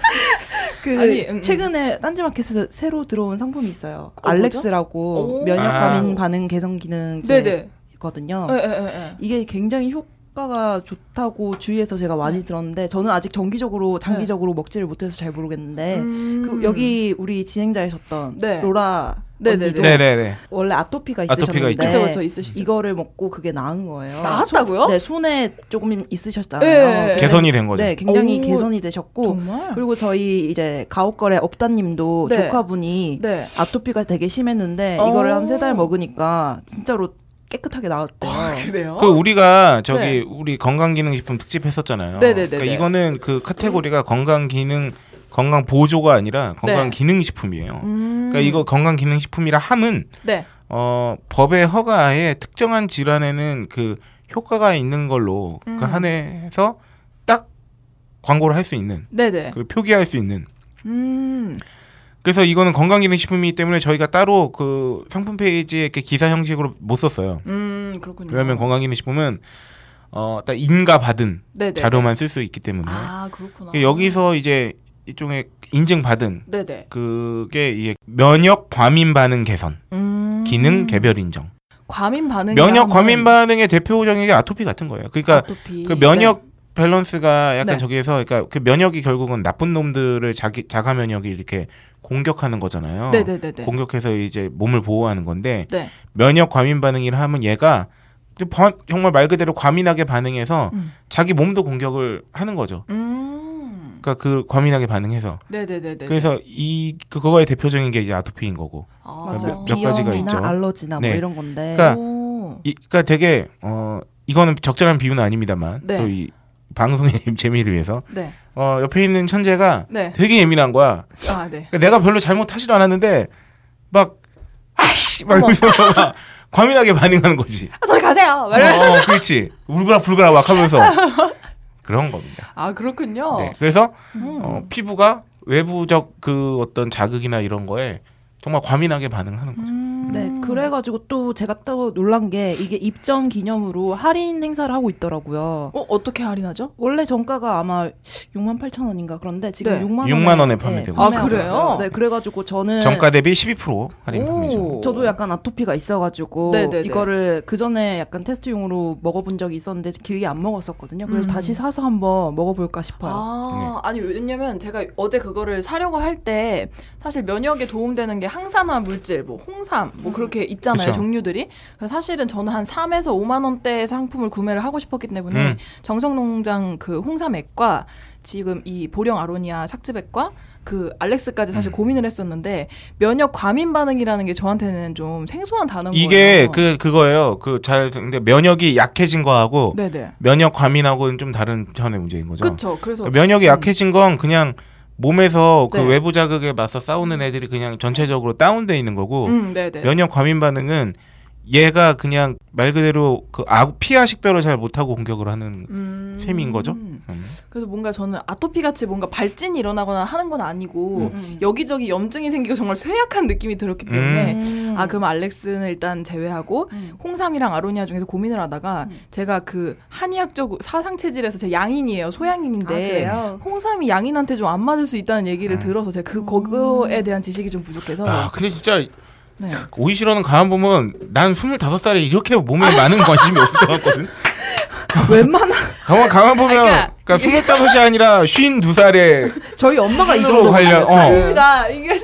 그
아니, 음, 음.
최근에 딴지마켓에서 새로 들어온 상품이 있어요.
뭐죠?
알렉스라고
오.
면역
아.
과민 반응 개선
네네.
기능제거든요.
예, 예, 예,
이게 굉장히 효과가 좋다고 주위에서 제가 많이
네.
들었는데 저는 아직 정기적으로 장기적으로 먹지를 못해서 잘
예.
모르겠는데
네. 음.
그 여기 우리 진행자이셨던
네.
로라
네네네.
언니도
네네네.
원래 아토피가
아토피가
있으셨는데
있죠.
그쵸, 그쵸, 있으시죠. 어, 아,
이거를 먹고 그게 나은 거예요.
네. 나았다고요?
손- 네 손에 조금 있으셨잖아요.
예, 예.
개선이 된 거죠.
네, 굉장히
오,
개선이 되셨고
정말?
그리고 저희 이제 가옥거래 업다님도
네.
조카분이
네.
아토피가 되게 심했는데
어.
이거를 한 세 달 먹으니까 진짜로 깨끗하게 나왔대요.
아, 그래요?
그 우리가 저기
네.
우리 건강기능식품 특집 했었잖아요.
네네네네.
그러니까 이거는 그 카테고리가 건강기능 건강 보조가 아니라 건강기능식품이에요.
음.
그러니까 이거 건강기능식품이라 함은
네.
어 법의 허가에 특정한 질환에는 그 효과가 있는 걸로
음.
그 한해서 딱 광고를 할 수 있는
네네.
그 표기할 수 있는
음.
그래서 이거는 건강기능식품이기 때문에 저희가 따로 그 상품 페이지에 이렇게 기사 형식으로 못 썼어요.
음, 그렇군요.
왜냐하면 건강기능식품은 어, 딱 인가 받은
네네.
자료만 쓸 수 있기 때문에 그러니까
아, 그렇구나.
여기서 이제 일종의 인증 받은
네네.
그게 이게 면역 과민 반응 개선,
음.
기능 개별 인정.
과민 반응.
면역 과민 반응의 대표적인 게 아토피 같은 거예요. 그러니까 그 면역 밸런스가 약간
네.
저기에서 그러니까 그 면역이 결국은 나쁜 놈들을 자기 자가 면역이 이렇게 공격하는 거잖아요.
네네네네.
어, 공격해서 이제 몸을 보호하는 건데
네.
면역 과민 반응이라 하면 얘가 번- 정말 말 그대로 과민하게 반응해서
음.
자기 몸도 공격을 하는 거죠.
음.
그러니까 그 과민하게 반응해서
네네네네.
그래서 이 그거의 대표적인 게 이제 아토피인 거고.
아,
맞아요.
몇- 몇 가지가
비염이나
있죠.
알러지나
네.
뭐 이런 건데.
그러니까
오.
이, 그러니까 되게 어 이거는 적절한 비유는 아닙니다만
네.
또 이 방송의 [LAUGHS] 재미를 위해서
네.
어 옆에 있는 천재가
네.
되게 예민한 거야.
아, 네.
그러니까 내가 별로 잘못하지도 않았는데 막 아씨 막 이러면서 막 과민하게 반응하는 거지.
아, 저리 가세요.
어, 어, 그렇지. 울그락불그락
[LAUGHS]
막 하면서 그런 겁니다.
아, 그렇군요.
네. 그래서
음.
어, 피부가 외부적 그 어떤 자극이나 이런 거에 정말 과민하게 반응하는 거죠.
음.
네, 그래가지고 또 제가 또 놀란 게 이게 입점 기념으로 할인 행사를 하고 있더라고요.
어, 어떻게 할인하죠?
원래 정가가 아마 6만 8천 원인가 그런데 지금
네.
6만,
6만
네,
원에 판매되고
아,
판매하고
그래요?
있어요. 네, 그래가지고 저는
정가 대비 12% 할인
오.
판매죠.
저도 약간 아토피가 있어가지고
네네네.
이거를 그 전에 약간 테스트용으로 먹어본 적이 있었는데 길게 안 먹었었거든요. 그래서
음.
다시 사서 한번 먹어볼까 싶어요.
아,
네.
아니 왜냐면 제가 어제 그거를 사려고 할 때 사실 면역에 도움되는 게 항산화 물질, 뭐 홍삼, 뭐 그렇게 있잖아요
그쵸.
종류들이. 그래서 사실은 저는 한 3에서 5만 원대 상품을 구매를 하고 싶었기 때문에
음.
정성농장 그 홍삼액과 지금 이 보령 아로니아 삭즙액과 그 알렉스까지 사실
음.
고민을 했었는데 면역 과민 반응이라는 게 저한테는 좀 생소한 단어인
이게
거예요.
그 그거예요. 그 잘 근데 면역이 약해진 거하고
네네.
면역 과민하고는 좀 다른 차원의 문제인 거죠.
그렇죠. 그래서
그러니까 면역이 약해진 건 그냥 몸에서 그
네.
외부 자극에 맞서 싸우는 애들이 그냥 전체적으로 다운돼 있는 거고
음, 네네.
면역 과민 반응은 얘가 그냥 말 그대로 그 아- 피하 식별을 잘 못하고 공격을 하는
음.
셈인 거죠? 음.
그래서 뭔가 저는 아토피 같이 뭔가 발진이 일어나거나 하는 건 아니고
음.
여기저기 염증이 생기고 정말 쇠약한 느낌이 들었기 때문에
음.
아 그럼 알렉스는 일단 제외하고
음.
홍삼이랑 아로니아 중에서 고민을 하다가 제가 그 한의학적 사상 체질에서 제 양인이에요 소양인인데
아, 그래요?
홍삼이 양인한테 좀 안 맞을 수 있다는 얘기를
음.
들어서 제가 그 거에
음.
대한 지식이 좀 부족해서
아 근데 진짜
어. 네.
오이시라는 가만 보면 난 25살에 이렇게 몸에 많은 관심이 없을 것 같거든.
웬만한
가만 가만 보면
그러니까 네.
그러니까, 25이 아니라 52살에
저희 엄마가 이
신으로
정도 어.
관련 어.
아닙니다 이게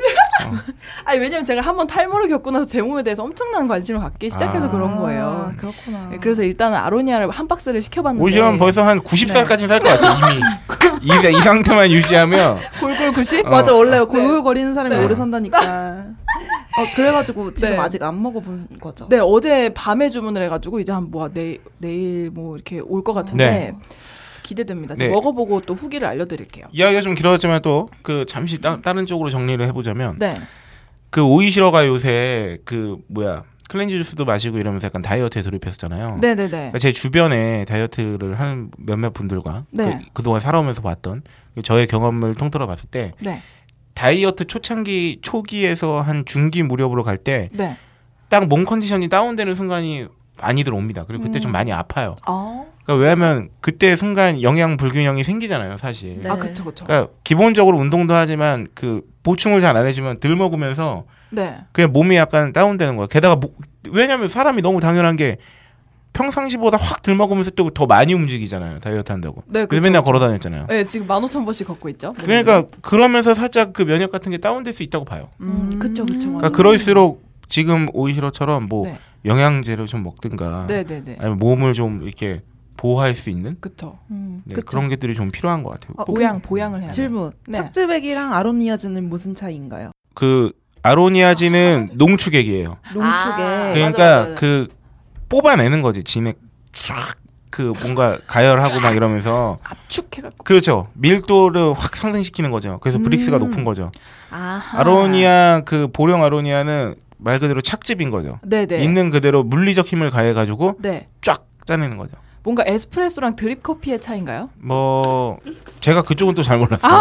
[LAUGHS] 아니 왜냐면 제가 한번 탈모를 겪고 나서 제 몸에 대해서 엄청난 관심을 갖기 시작해서
아.
그런 거예요
그렇구나.
네, 그래서 일단은 아로니아를 한 박스를 시켜봤는데
오이시라면 벌써 한 90살까지는 살 것 같아
[LAUGHS]
이미 이, 이 상태만 유지하면
골골 90?
어.
맞아 원래 골골거리는 사람이
네. [LAUGHS]
오래 산다니까. 어, 그래가지고 지금
네.
아직 안 먹어본 거죠.
네 어제 밤에 주문을 해가지고 이제 한 뭐 내일 내일 뭐 이렇게 올 것 같은데 기대됩니다. 제가
네.
먹어보고 또 후기를 알려드릴게요.
이야기가 좀 길어졌지만 또 그 잠시 따, 다른 쪽으로 정리를 해보자면
네.
그 오이시러가 요새 그 뭐야 클렌즈 주스도 마시고 이러면서 약간 다이어트에 돌입했었잖아요.
네네네.
그러니까 제 주변에 다이어트를 하는 몇몇 분들과
네.
그, 동안 살아오면서 봤던 그 저의 경험을 통틀어 봤을 때
네.
다이어트 초창기 초기에서 한 중기 무렵으로 갈 때 딱 몸
네.
컨디션이 다운되는 순간이 많이들 옵니다. 그리고 그때
음.
좀 많이 아파요.
아,
그러니까 왜냐하면 그때 순간 영양 불균형이 생기잖아요, 사실.
네.
아 그쵸 그쵸.
그러니까 기본적으로 운동도 하지만 그 보충을 잘 안 해주면 덜 먹으면서
네.
그냥 몸이 약간 다운되는 거야. 게다가 목- 왜냐면 사람이 너무 당연한 게 평상시보다 확 덜 먹으면서 또 더 많이 움직이잖아요. 다이어트 한다고.
네,
그래서
그쵸,
맨날
그쵸.
걸어 다녔잖아요.
네 지금 15,000번씩 걷고 있죠.
그러니까 그러면서 살짝 그 면역 같은 게 다운될 수 있다고 봐요.
음, 그쵸, 그쵸, 맞아.
그러니까 그럴수록 지금 오이시로처럼 뭐
네.
영양제를 좀 먹든가
네네네.
아니면 몸을 좀 이렇게 보호할 수 있는
그쵸.
음,
네,
그쵸.
그런 것들이 좀 필요한 것 같아요.
아,
꼭
보양 보양을 해야 돼.
질문.
네.
착즙액이랑 아로니아즈는 무슨 차이인가요?
그 아로니아진은 농축액이에요.
아,
농축에.
그-
그러니까
맞아, 맞아.
그 뽑아내는 거지 진액 쫙그 뭔가 가열하고 막 이러면서
압축해갖고.
그렇죠 밀도를 확 상승시키는 거죠. 그래서
음.
브릭스가 높은 거죠.
아하.
아로니아 그 보령 아로니아는 말 그대로 착즙인 거죠.
네네.
있는 그대로 물리적 힘을 가해 가지고
네.
쫙 짜내는 거죠.
뭔가 에스프레소랑 드립 커피의 차인가요?
뭐 제가 그쪽은 또 잘 몰랐어요.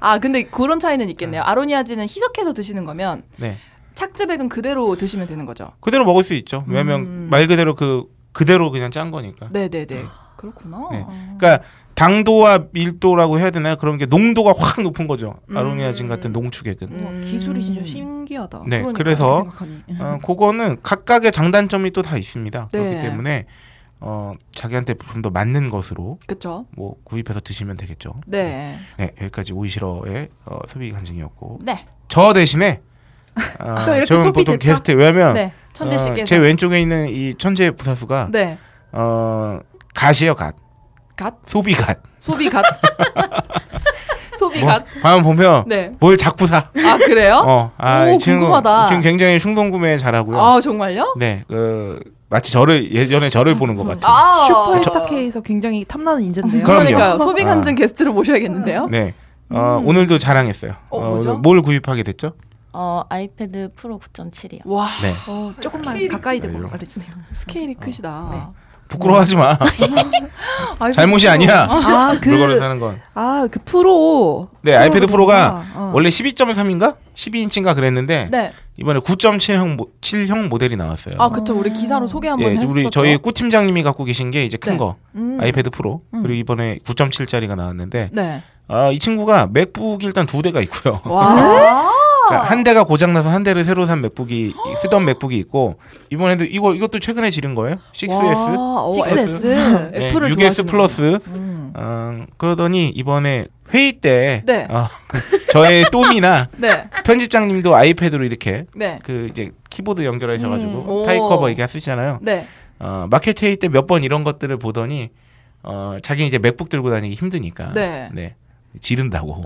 아 근데 그런 차이는 있겠네요. 아로니아진은 희석해서 드시는 거면
네.
착즙액은 그대로 드시면 되는 거죠.
그대로 먹을 수 있죠. 왜냐면
음.
말 그대로 그 그대로 그냥 짠 거니까.
네네네. 그렇구나.
네. 그러니까 당도와 밀도라고 해야 되나요? 그런 게 농도가 확 높은 거죠. 아로니아진
음.
같은 그. 농축액은.
음.
우와, 뭐 기술이 진짜 신기하다.
네,
그러니까
그래서
생각하니. 음.
어, 그거는 각각의 장단점이 또 다 있습니다.
네.
그렇기 때문에 어, 자기한테 좀 더 맞는 것으로
그쵸?
뭐 구입해서 드시면 되겠죠.
네.
네, 여기까지 오이시러의 어, 소비 간증이었고
네.
저
[LAUGHS]
대신에 어,
또 이렇게
저는 보통
소비됐다?
게스트 왜냐면
네. 천재 씨께서
아, 어, 제 왼쪽에 있는 이 천재 부사수가
네.
어, 갓이에요 갓
갓
소비 갓.
소비
[LAUGHS]
갓 소비
뭐,
갓.
가만 보면
네.
뭘 자꾸 사.
아 그래요?
어, 아,
오,
이 친구
궁금하다.
지금 굉장히 충동 구매 잘하고요.
아 정말요?
네, 그 마치 저를 예전에 저를 보는 것 같아요.
아
슈퍼의 스타K에서 굉장히 탐나는 인재인데요.
그럼요.
그러니까요. 소비
아.
간증 게스트를 모셔야겠는데요.
네. 어,
아? 음.
오늘도 자랑했어요.
어, 뭐죠?
뭘 구입하게 됐죠?
어 아이패드 프로 9.7이요.
와
네.
어, 조금만 가까이 대고
이런.
말해주세요.
스케일이 크시다. [LAUGHS]
부끄러워하지 마.
아, 네. 아이고, 그렇죠.
잘못이 아니야.
아,
물건을
그,
사는 건.
아, 그 프로.
네, 아이패드 프로가
어.
원래 12.3인가? 12인치인가 그랬는데
네. 이번에
이번에 9.7형 모, 7형 모델이 나왔어요.
아 그쵸. 우리 기사로 소개 한번
예,
했었죠.
우리 저희 꾸 팀장님이 갖고 계신 게 이제 큰
네.
거.
음.
아이패드 프로.
음.
그리고 이번에 9.7짜리가 나왔는데
네.
아, 이 친구가 맥북이 일단 두 대가 있고요. [LAUGHS]
와.
그러니까 한 대가 고장나서 한 대를 새로 산 맥북이
아.
쓰던 맥북이 있고 이번에도 이거 이것도 최근에 지른 거예요. 6S.
와, 어,
6S.
네,
애플을
6S
좋아하시는구나.
플러스.
음.
어, 그러더니 이번에 회의 때
네.
어, [LAUGHS] 저의 또미나
네.
편집장님도 아이패드로 이렇게
네.
그 이제 키보드
음,
연결하셔가지고
오.
타이 커버 이렇게 쓰시잖아요.
네.
어, 마켓 회의 때 몇 번 이런 것들을 보더니 어, 자기 이제 맥북 들고 다니기 힘드니까
네.
지른다고.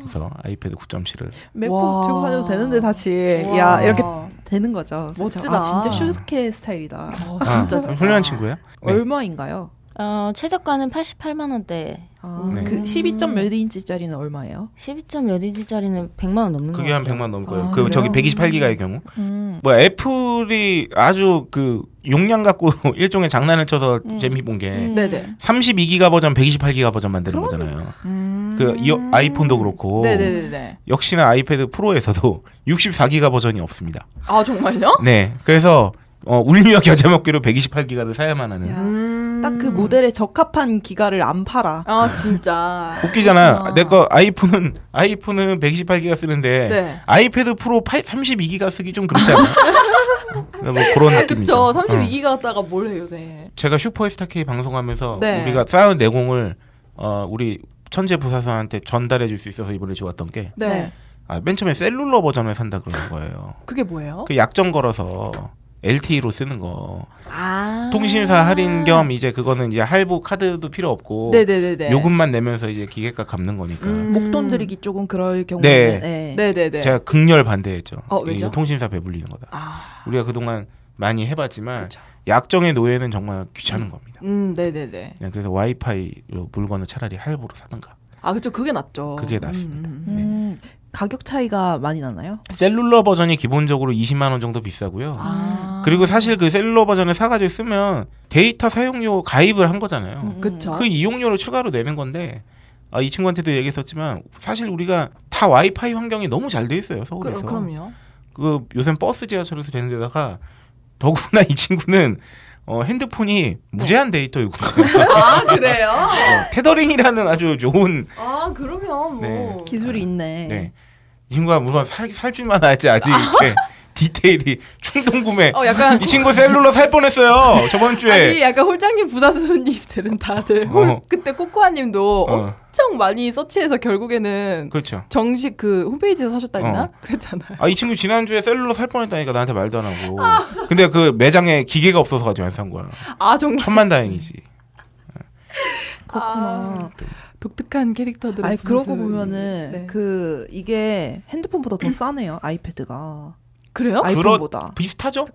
그래서 아이패드 9.7을
맥북
와.
들고 다녀도 되는데 다시
와. 어,
야 이렇게 되는 거죠. 그쵸?
멋지다.
아, 진짜 슈스케 스타일이다.
어,
아,
진짜 진짜.
훌륭한 친구예요. 네.
얼마인가요?
어 최저가는 88만 원대.
아,
네.
그 12. 몇 인치짜리는 얼마예요?
12점 몇 인치짜리는 100만 원 넘는 거
그게 한
같아요.
100만 넘을 거예요.
아,
그
그래요?
저기 128기가의 경우.
음.
뭐 애플이 아주 그 용량 갖고 [LAUGHS] 일종의 장난을 쳐서 재미 본 게
네네.
32기가 버전, 128기가 버전 만드는 거잖아요. 그 이, 아이폰도 그렇고
네네네네.
역시나 아이패드 프로에서도 64기가 버전이 없습니다.
아 정말요?
네, 그래서 어, 울며 겨자 먹기로 128기가를 사야만 하는.
야.
음.
딱 그 모델에 적합한 기가를 안 팔아.
아 진짜.
웃기잖아.
아.
내 거 아이폰은 아이폰은 128기가 쓰는데
네.
아이패드 프로 32기가 쓰기 좀 그렇잖아.
[LAUGHS]
뭐 그런 느낌이죠.
그쵸.
어.
32기가 갖다가 뭘 해요, 요새.
제가 슈퍼스타 K 방송하면서
네.
우리가 쌓은 내공을 어, 우리 천재 부사수한테 전달해 줄 수 있어서 이번에 좋았던 게
네.
네.
아, 맨 처음에 셀룰러 버전을 산다 그러는 거예요.
그게 뭐예요?
그 약정 걸어서 LTE로 쓰는 거.
아.
통신사 할인 겸 이제 그거는 이제 할부 카드도 필요 없고
네네네네.
요금만 내면서 이제 기계가 갚는 거니까.
음.
목돈 들이기 조금 그럴 경우는
네.
네.
네네네.
제가 극렬 반대했죠.
어, 왜죠?
이거 통신사 배불리는 거다.
아.
우리가 그동안 많이 해봤지만
그쵸.
약정의 노예는 정말 귀찮은 겁니다.
음, 네네네.
네, 그래서 와이파이로 물건을 차라리 할부로 사든가.
아, 그쵸. 그게 낫죠.
그게 낫습니다.
음, 음, 음.
음, 가격 차이가 많이 나나요?
셀룰러 버전이 기본적으로 20만 원 정도 비싸고요.
아.
그리고 사실 그 셀룰러 버전을 사가지고 쓰면 데이터 사용료 가입을 한 거잖아요.
음, 그쵸.
그 이용료를 추가로 내는 건데 아, 이 친구한테도 얘기했었지만 사실 우리가 다 와이파이 환경이 너무 잘 돼 있어요
그,
서울에서.
그럼요.
그 요새 버스 지하철에서 되는 데다가 더구나 [LAUGHS] 이 친구는 어, 핸드폰이 무제한 데이터 요금제
아, 그래요?
테더링이라는 아주 좋은
아, 그러면 뭐.
네.
기술이 있네.
네. 이 친구가 물론 살, 살 줄만 알지 아직 이렇게 디테일이 충동 구매
어, 약간.
이 친구 셀룰러 살 뻔했어요 저번
아니
주에
약간 홀장님 부사수님들은 다들 홀,
어.
그때 꼬꼬아님도
어.
엄청 많이 서치해서 결국에는
그렇죠
정식 그 홈페이지에서 사셨다 했나
어.
그랬잖아요.
아 이 친구 지난주에 셀룰러 살 뻔했다니까 나한테 말도 안 하고 근데 그 매장에 기계가 없어서 가지고 안 산 거야
아 정말
천만 다행이지
아,
그렇구나.
독특한 캐릭터들.
아니 아, 그러고 보면은
네. 그
그 이게 핸드폰보다 더 싸네요 아이패드가
그래요?
그렇-
아이폰보다
비슷하죠?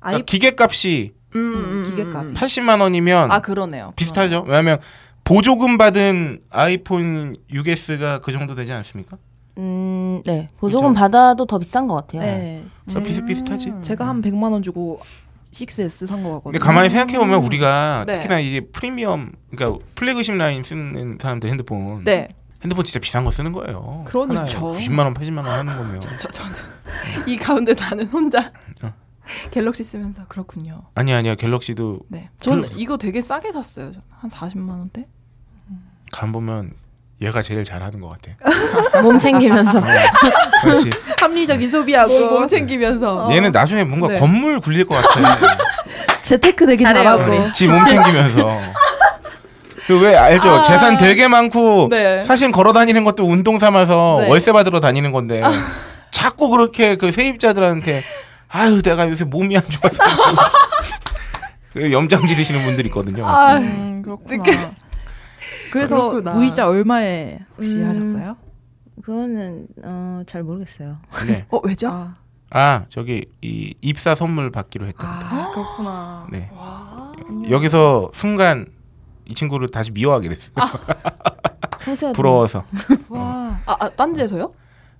아이
기계값이
음,
기계값.
80만 원이면
아 그러네요.
비슷하죠. 왜냐하면 보조금 받은 아이폰 6S가 그 정도 되지 않습니까?
음, 네. 보조금
그죠?
받아도 더 비싼 것 같아요.
네
다
음.
비슷비슷하지.
제가 한 100만 원 주고 6S 산 거 같거든요
근데 가만히 생각해 보면 우리가
네.
특히나 이제 프리미엄, 그러니까 플래그십 라인 쓰는 사람들 핸드폰
네.
핸드폰 진짜 비싼 거 쓰는 거예요.
그러니까.
하나에 90만 원, 80만 원 하는 거면.
저 저는 [LAUGHS] 이 가운데 나는 혼자
어.
[LAUGHS] 갤럭시 쓰면서 그렇군요.
아니 아니야 갤럭시도
네. 저는
그-
이거 되게 싸게 샀어요. 저는 한 40만 원대.
간 보면 얘가 제일 잘하는
[LAUGHS]
것 같아.
몸 챙기면서
그렇지.
[LAUGHS] 합리적인 소비하고
몸 챙기면서.
얘는 나중에 뭔가
어. 네.
건물 굴릴 것
[LAUGHS]
같아.
재테크 되게
잘해요,
잘하고
지 몸 네, 챙기면서. 그 왜 알죠?
아.
재산 되게 많고
네.
사실 걸어 다니는 것도 운동 삼아서
네.
월세 받으러 다니는 건데
아.
자꾸 그렇게 그 세입자들한테 아유 내가 요새 몸이 안 좋아서 [LAUGHS] 그 염장 지르시는 분들 있거든요.
아,
음, 그렇구나.
그러니까-
그래서
그렇구나.
무이자 얼마에 혹시
음.
하셨어요?
[LAUGHS] 그거는 어, 잘 모르겠어요.
네.
어 왜죠?
아,
아 저기 이 입사 선물 받기로 했답니다.
아 그렇구나.
네. 여기서 순간 이 친구를 다시 미워하게 됐어요.
아,
평소에
부러워서. 음.
와. 아, 아 딴지에서요?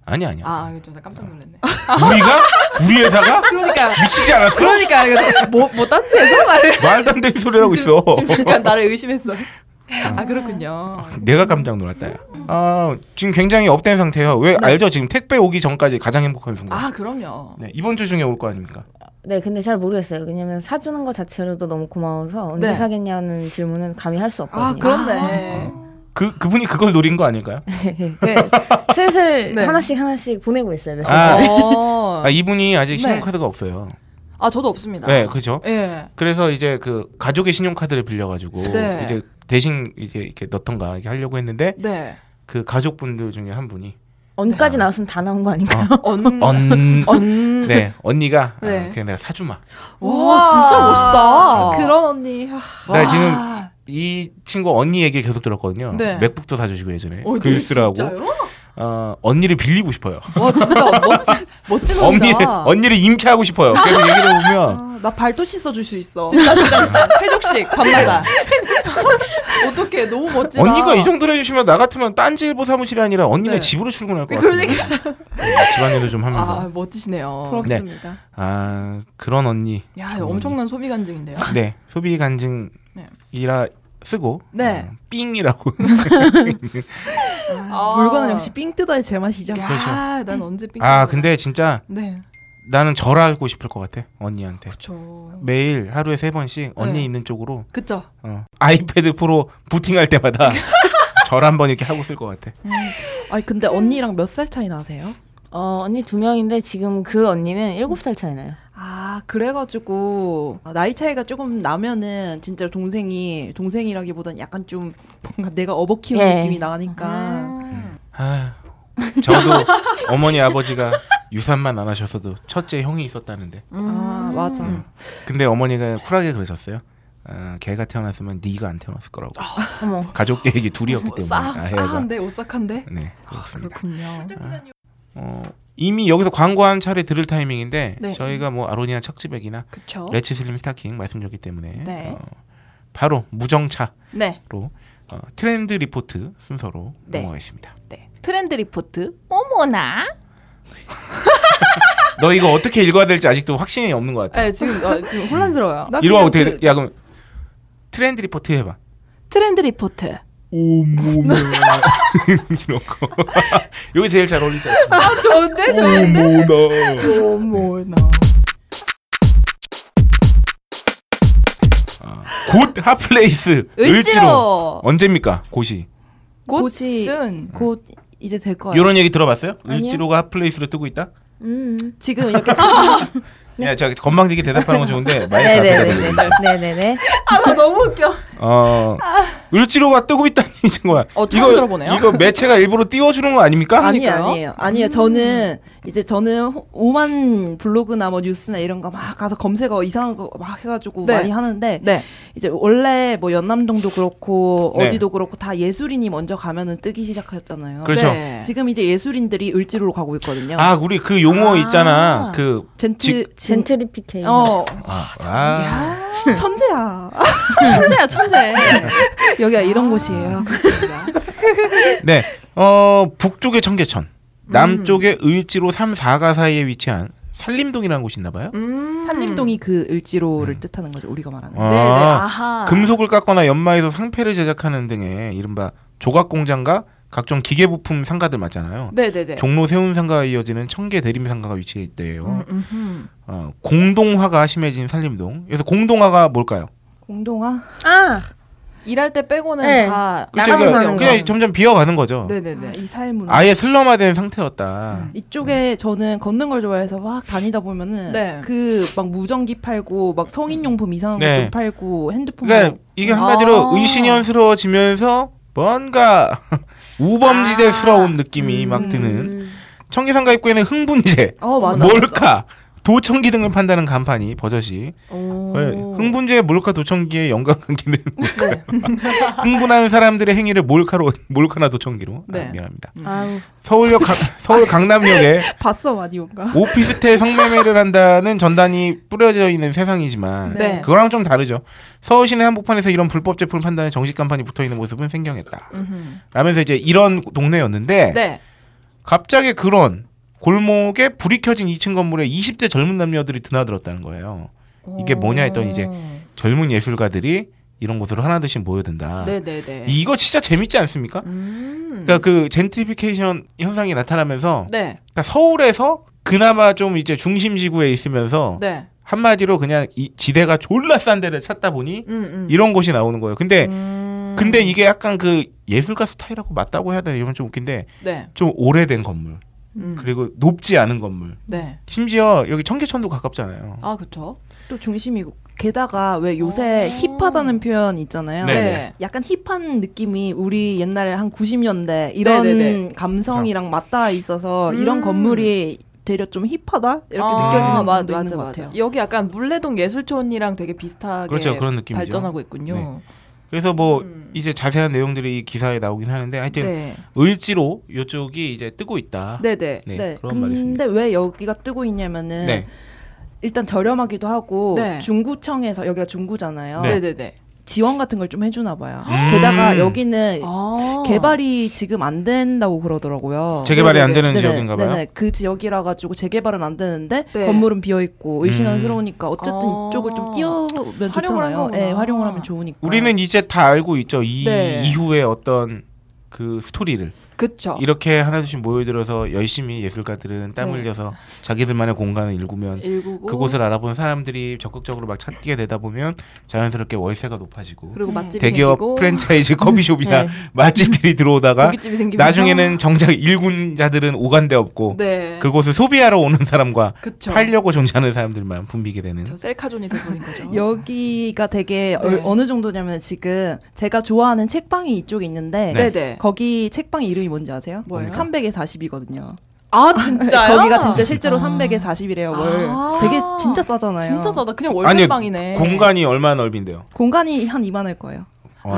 아니 아니야.
아, 이거 좀 깜짝 놀랐네.
우리가 우리 회사가
[LAUGHS] 그러니까
미치지 않았어?
그러니까 이거 뭐뭐 딴지에서 [LAUGHS] 말을
말도 안 되는 소리라고 있어. 음.
지금 잠깐 나를 의심했어. 아 그렇군요.
내가 깜짝 놀랐다. 야. 아 지금 굉장히 업된 상태예요. 왜 알죠? 지금 택배 오기 전까지 가장 행복한 순간.
네. 아 그럼요.
네, 이번 주 중에 올 거 아닙니까?
네, 근데 잘 모르겠어요. 왜냐면 사주는 것 자체로도 너무 고마워서 언제
네.
사겠냐는 질문은 감히 할 수 없거든요.
아 그렇네.
그 그분이 그걸 노린 거 아닐까요?
[LAUGHS] 네, 슬슬
네.
하나씩 하나씩 보내고 있어요. 메시지.
아.
어.
아 이분이 아직 신용카드가 없어요.
아 저도 없습니다.
네, 그죠?
예.
그래서 이제 그 가족의 신용카드를 빌려가지고
네.
이제 대신 이제 이렇게 넣던가 이렇게 하려고 했는데
네.
그 가족분들 중에 한 분이
언까지 나왔으면 다 나온 거 아닌가?
언.
언
음. 언.
네, 언니가 아,
네.
그냥 내가 사주마.
와 진짜 멋있다.
그런 언니. 아,
나
와.
지금 이 친구 언니 얘기를 계속 들었거든요.
네.
맥북도 사주시고 예전에
어, 네,
글 쓰라고.
진짜요?
어, 언니를 빌리고 싶어요.
와 진짜 멋진 멋진
언니를
언니다.
언니를 임차하고 싶어요.
아.
그래서 얘기를
[LAUGHS]
보면
나 발도 씻어줄 수 있어.
진짜 진짜 진짜 [LAUGHS] 세족식 밤마다 어떻게 너무 멋지다.
언니가 이 정도로 해주시면 나 같으면 딴지일보 사무실이 아니라 언니네
네.
집으로 출근할 것 같아요.
그러니까.
집안일도 좀 하면서
아 멋지시네요.
부럽습니다.
아 그런 언니.
야 엄청난 소비 간증인데요.
네 소비 간증이라 쓰고
네.
어, 삥이라고 [LAUGHS]
아.
물건은 역시 삥 뜯어야 제맛이죠.
야, 난 언제 삥?
그렇죠. 아 근데 진짜
네,
나는 절하고 싶을 것 같아 언니한테
그쵸.
매일 하루에 세 번씩 언니
네.
있는 쪽으로
그쵸.
어, 아이패드 프로 부팅할
[LAUGHS]
때마다 절 한 번 이렇게 하고 쓸 것 같아
아니 근데 언니랑 몇 살 차이 나세요?
어, 언니 두 명인데 지금 그 언니는 일곱 살 차이 나요.
아 그래가지고 나이 차이가 조금 나면은 진짜 동생이 동생이라기보단 약간 좀 뭔가 내가 어버키운
예.
느낌이
아.
나니까
아, 저도 어머니 아버지가 유산만 안 하셨어도 첫째 형이 있었다는데
아 맞아
음. 근데 어머니가 쿨하게 그러셨어요 아, 걔가 태어났으면 네가 안 태어났을 거라고
어머.
가족 계획이 둘이었기 때문에
싸,
아, 얘가.
싸한데 오싹한데. 아,
네 그렇습니다
그렇군요.
어, 이미 여기서 광고 한 차례 들을 타이밍인데
네.
저희가 뭐 아로니아 척지백이나
그쵸.
레츠 슬림 스타킹 말씀드렸기 때문에
네.
어, 바로 무정차
네,
로 어, 트렌드 리포트 순서로
네.
넘어가겠습니다.
네. 트렌드 리포트. 어머나.
너 이거 어떻게 읽어야 될지 아직도 확신이 없는 것 같아.
네, 지금 어, 지금 혼란스러워요.
나
이거
그냥
어떻게
그-
야 그럼 트렌드 리포트 해봐.
트렌드 리포트.
오모나
[LAUGHS] 이런 거. [LAUGHS] 이게 제일 잘 어울리지 않습니까?
아 좋은데 좋은데.
오모나
어머나.
아, 곧 핫플레이스
을지로.
언제입니까 고시?
곧이-
곧은
곧 이제 될 거예요.
이런 얘기 들어봤어요?
아니요.
을지로가 핫플레이스로 뜨고 있다?
음.
[LAUGHS]
지금 이렇게
야, 제가 건방지게 대답하는 건 좋은데 마이크 앞에 대답해.
네네네네. 네네네.
아나 너무 웃겨.
어 을지로가 뜨고 [LAUGHS] 있다니 정말.
어, 처음
이거
들어보네요.
이거 매체가 일부러 띄워주는 거 아닙니까?
아니에요,
그러니까요.
아니에요. 아니에요. 저는 이제 저는 호- 오만 블로그나 뭐 뉴스나 이런 거 막 가서 검색어 이상한 거 막 해가지고
네.
많이 하는데
네.
이제 원래 뭐 연남동도 그렇고
네.
어디도 그렇고 다 예술인이 먼저 가면은 뜨기 시작했잖아요.
그렇죠.
네.
지금 이제 예술인들이 을지로로 가고 있거든요.
아 우리 그
아.
용어 있잖아 그
젠트
지-
젠-
젠트리피케이션.
어
아, 아,
천재야.
천재야 천재.
여기가 이런 곳이에요.
네. 어 북쪽의 청계천,
음.
남쪽의 을지로 3, 4가 사이에 위치한 산림동이라는 곳이 있나 봐요.
음.
산림동이 그 을지로를
음.
뜻하는 거죠. 우리가 말하는.
아,
네네. 아하.
금속을 깎거나 연마해서 상패를 제작하는 등의 이른바 조각 공장과 각종 기계 부품 상가들 많잖아요.
네네네.
종로 세운 상가에 이어지는 청계 대림 상가가 위치해 있대요.
음, 음, 음.
어, 공동화가 심해진 산림동. 그래서 공동화가 뭘까요?
공동화?
아
일할 때 빼고는
네.
다
그쵸,
나가서
그러니까
사는 거.
그냥 점점 비어가는 거죠.
아,
네네네. 음.
이 사회문화.
아예 슬럼화된 상태였다.
이쪽에 저는 걷는 걸 좋아해서 막 다니다 보면은
네.
그 막 무전기 팔고 막 성인용품 이상한
네.
것도 팔고 핸드폰
그러니까
팔고.
이게 한마디로
아.
의신연스러워지면서 뭔가 [LAUGHS]
아.
우범지대스러운 느낌이 막 드는 청계 상가 입구에는 흥분제,
어 음. 맞아.
몰카, 도청기 등을 판다는 간판이 버젓이
오.
네, 흥분제 몰카 도청기의 연관관계는
[LAUGHS] 네.
흥분한 사람들의 행위를 몰카로 몰카나 도청기로 아,
네.
미안합니다.
아우
서울역 강- 서울 강남역에
봤어 많이 온가?
오피스텔 성매매를 한다는 전단이 뿌려져 있는 세상이지만
네.
그거랑 좀 다르죠. 서울시내 한복판에서 이런 불법 제품 을 판다는 정식 간판이 붙어 있는 모습은 생경했다.
음흠.
라면서 이제 이런 동네였는데
네.
갑자기 그런 골목에 불이 켜진 2층 건물에 20대 젊은 남녀들이 드나들었다는 거예요. 이게 뭐냐 했더니 이제 젊은 예술가들이 이런 곳으로 하나둘씩 모여든다.
네네네.
아, 이거 진짜 재밌지 않습니까?
음.
그러니까 그 젠트리피케이션 현상이 나타나면서
네.
그러니까 서울에서 그나마 좀 이제 중심 지구에 있으면서
네.
한마디로 그냥 이 지대가 졸라 싼 데를 찾다 보니
음, 음.
이런 곳이 나오는 거예요. 근데
음.
근데 이게 약간 그 예술가 스타일하고 맞다고 해야 되나 이건 좀 웃긴데
네.
좀 오래된 건물
음.
그리고 높지 않은 건물
네.
심지어 여기 청계천도 가깝잖아요.
아 그렇죠.
또 중심이고 게다가 왜 요새
아.
힙하다는 표현 있잖아요.
네.
약간 힙한 느낌이 우리 옛날에 한 90년대 이런
네네네.
감성이랑 맞닿아 있어서
음.
이런 건물이 되려 좀 힙하다 이렇게 느껴지는
아, 맞-
분도 있는 것 같아요.
여기 약간 물레동 예술촌이랑 되게 비슷하게
그렇죠 그런 느낌이죠.
발전하고 있군요.
그래서 뭐
음.
이제 자세한 내용들이 이 기사에 나오긴 하는데 하여튼
네.
을지로 이쪽이 이제 뜨고 있다.
네, 네.
네,
네.
그런 말이 있습니다.
근데 왜 여기가 뜨고 있냐면은
네.
아.
일단 저렴하기도 하고
네.
중구청에서 여기가 중구잖아요.
네.
네, 네, 네.
지원 같은 걸 좀 해주나 봐요.
음.
게다가 여기는
아.
개발이 지금 안 된다고 그러더라고요.
재개발이 안 되는
네네,
지역인가봐요.
네네, 그 지역이라 가지고 재개발은 안 되는데
네.
건물은 비어
음.
있고 의심스러우니까 어쨌든
아.
이쪽을 좀 띄우면
활용을 한
좋잖아요.
거구나.
예, 활용을 하면 좋으니까.
우리는 이제 다 알고 있죠. 이
네.
이후에 어떤 그 스토리를
그렇죠.
이렇게 하나씩 모여들어서 열심히 예술가들은 땀
네.
흘려서 자기들만의 공간을 일구면
일구고
그곳을 알아본 사람들이 적극적으로 막 찾게 되다 보면 자연스럽게 월세가 높아지고
그리고 맛집이
대기업
생기고 [LAUGHS] 네.
프랜차이즈 커피숍이나 맛집들이 들어오다가
고깃집이 생기면서
나중에는 정작 일군자들은 오간데 없고
네.
그곳을 소비하러 오는 사람과
그쵸.
팔려고 존재하는 사람들만 붐비게 되는
저 셀카존이 돼버린 거죠.
여기가 되게 어-
네.
어느 정도냐면 지금 제가 좋아하는 책방이 이쪽에 있는데
네, 네.
거기 책방 이름이 뭔지 아세요?
뭐예요?
300에 40이거든요.
아 진짜요?
[LAUGHS] 거기가 진짜 실제로 300에 40이래요. 월.
아.
되게 진짜 싸잖아요.
진짜 싸다. 그냥
아니,
월세방이네.
공간이 얼마나 넓인데요?
공간이 한 이만할 거예요.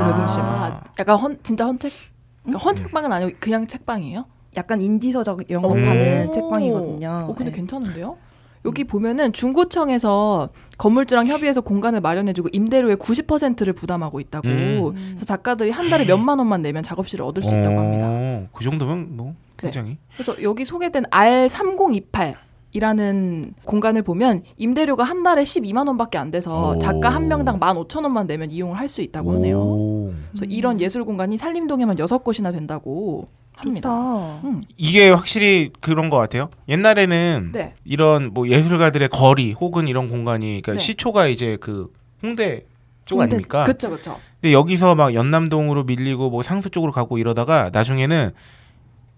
아, 약간 헌 진짜 헌책
음?
그러니까 헌책방은 아니고 그냥 책방이에요?
약간 인디 서적 이런 거
음.
파는
오.
책방이거든요.
어, 근데
네.
괜찮은데요? 여기 보면은 중구청에서 건물주랑 협의해서 공간을 마련해주고 임대료의 90%를 부담하고 있다고.
음. 네.
그래서 작가들이 한 달에 몇만 원만 내면 작업실을 얻을 수 있다고 합니다. 네,
어, 그 정도면 뭐 굉장히
그래서 여기 소개된 R3028 이라는 공간을 보면 임대료가 한 달에 12만 원밖에 안 돼서
오.
작가 한 명당 15,000원만 내면 이용을 할 수 있다고 하네요.
오.
그래서
음.
이런 예술 공간이 산림동에만 여섯 곳이나 된다고 합니다.
좋다.
음.
이게 확실히 그런 것 같아요. 옛날에는
네.
이런 뭐 예술가들의 거리 혹은 이런 공간이 그러니까
네.
시초가 이제 그 홍대 쪽
홍대,
아닙니까?
그렇죠. 그렇죠.
근데 여기서 막 연남동으로 밀리고 뭐 상수 쪽으로 가고 이러다가 나중에는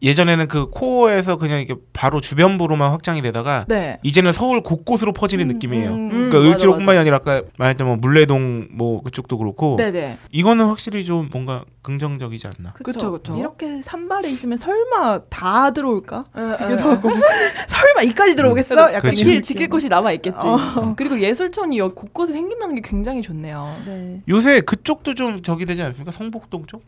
예전에는 그 코어에서 그냥 이렇게 바로 주변부로만 확장이 되다가
네.
이제는 서울 곳곳으로 퍼지는 느낌이에요.
음, 음.
음,
그러니까
맞아,
을지로뿐만이
맞아.
아니라 아까 말했던 뭐 물레동 뭐 그쪽도 그렇고
네네.
이거는 확실히 좀 뭔가 긍정적이지 않나.
그쵸, 그쵸.
이렇게 산발에 있으면 설마 다 들어올까?
에, 에.
그래서 뭐 [LAUGHS] 설마 이까지 들어오겠어?
그래도
약간
예, 음. 지킬
이런
지킬
느낌.
곳이 남아 있겠지.
어.
그리고 예술촌이 여- 곳곳에 생긴다는 게 굉장히 좋네요.
네.
요새 그쪽도 좀 저기 되지 않습니까? 성북동 쪽?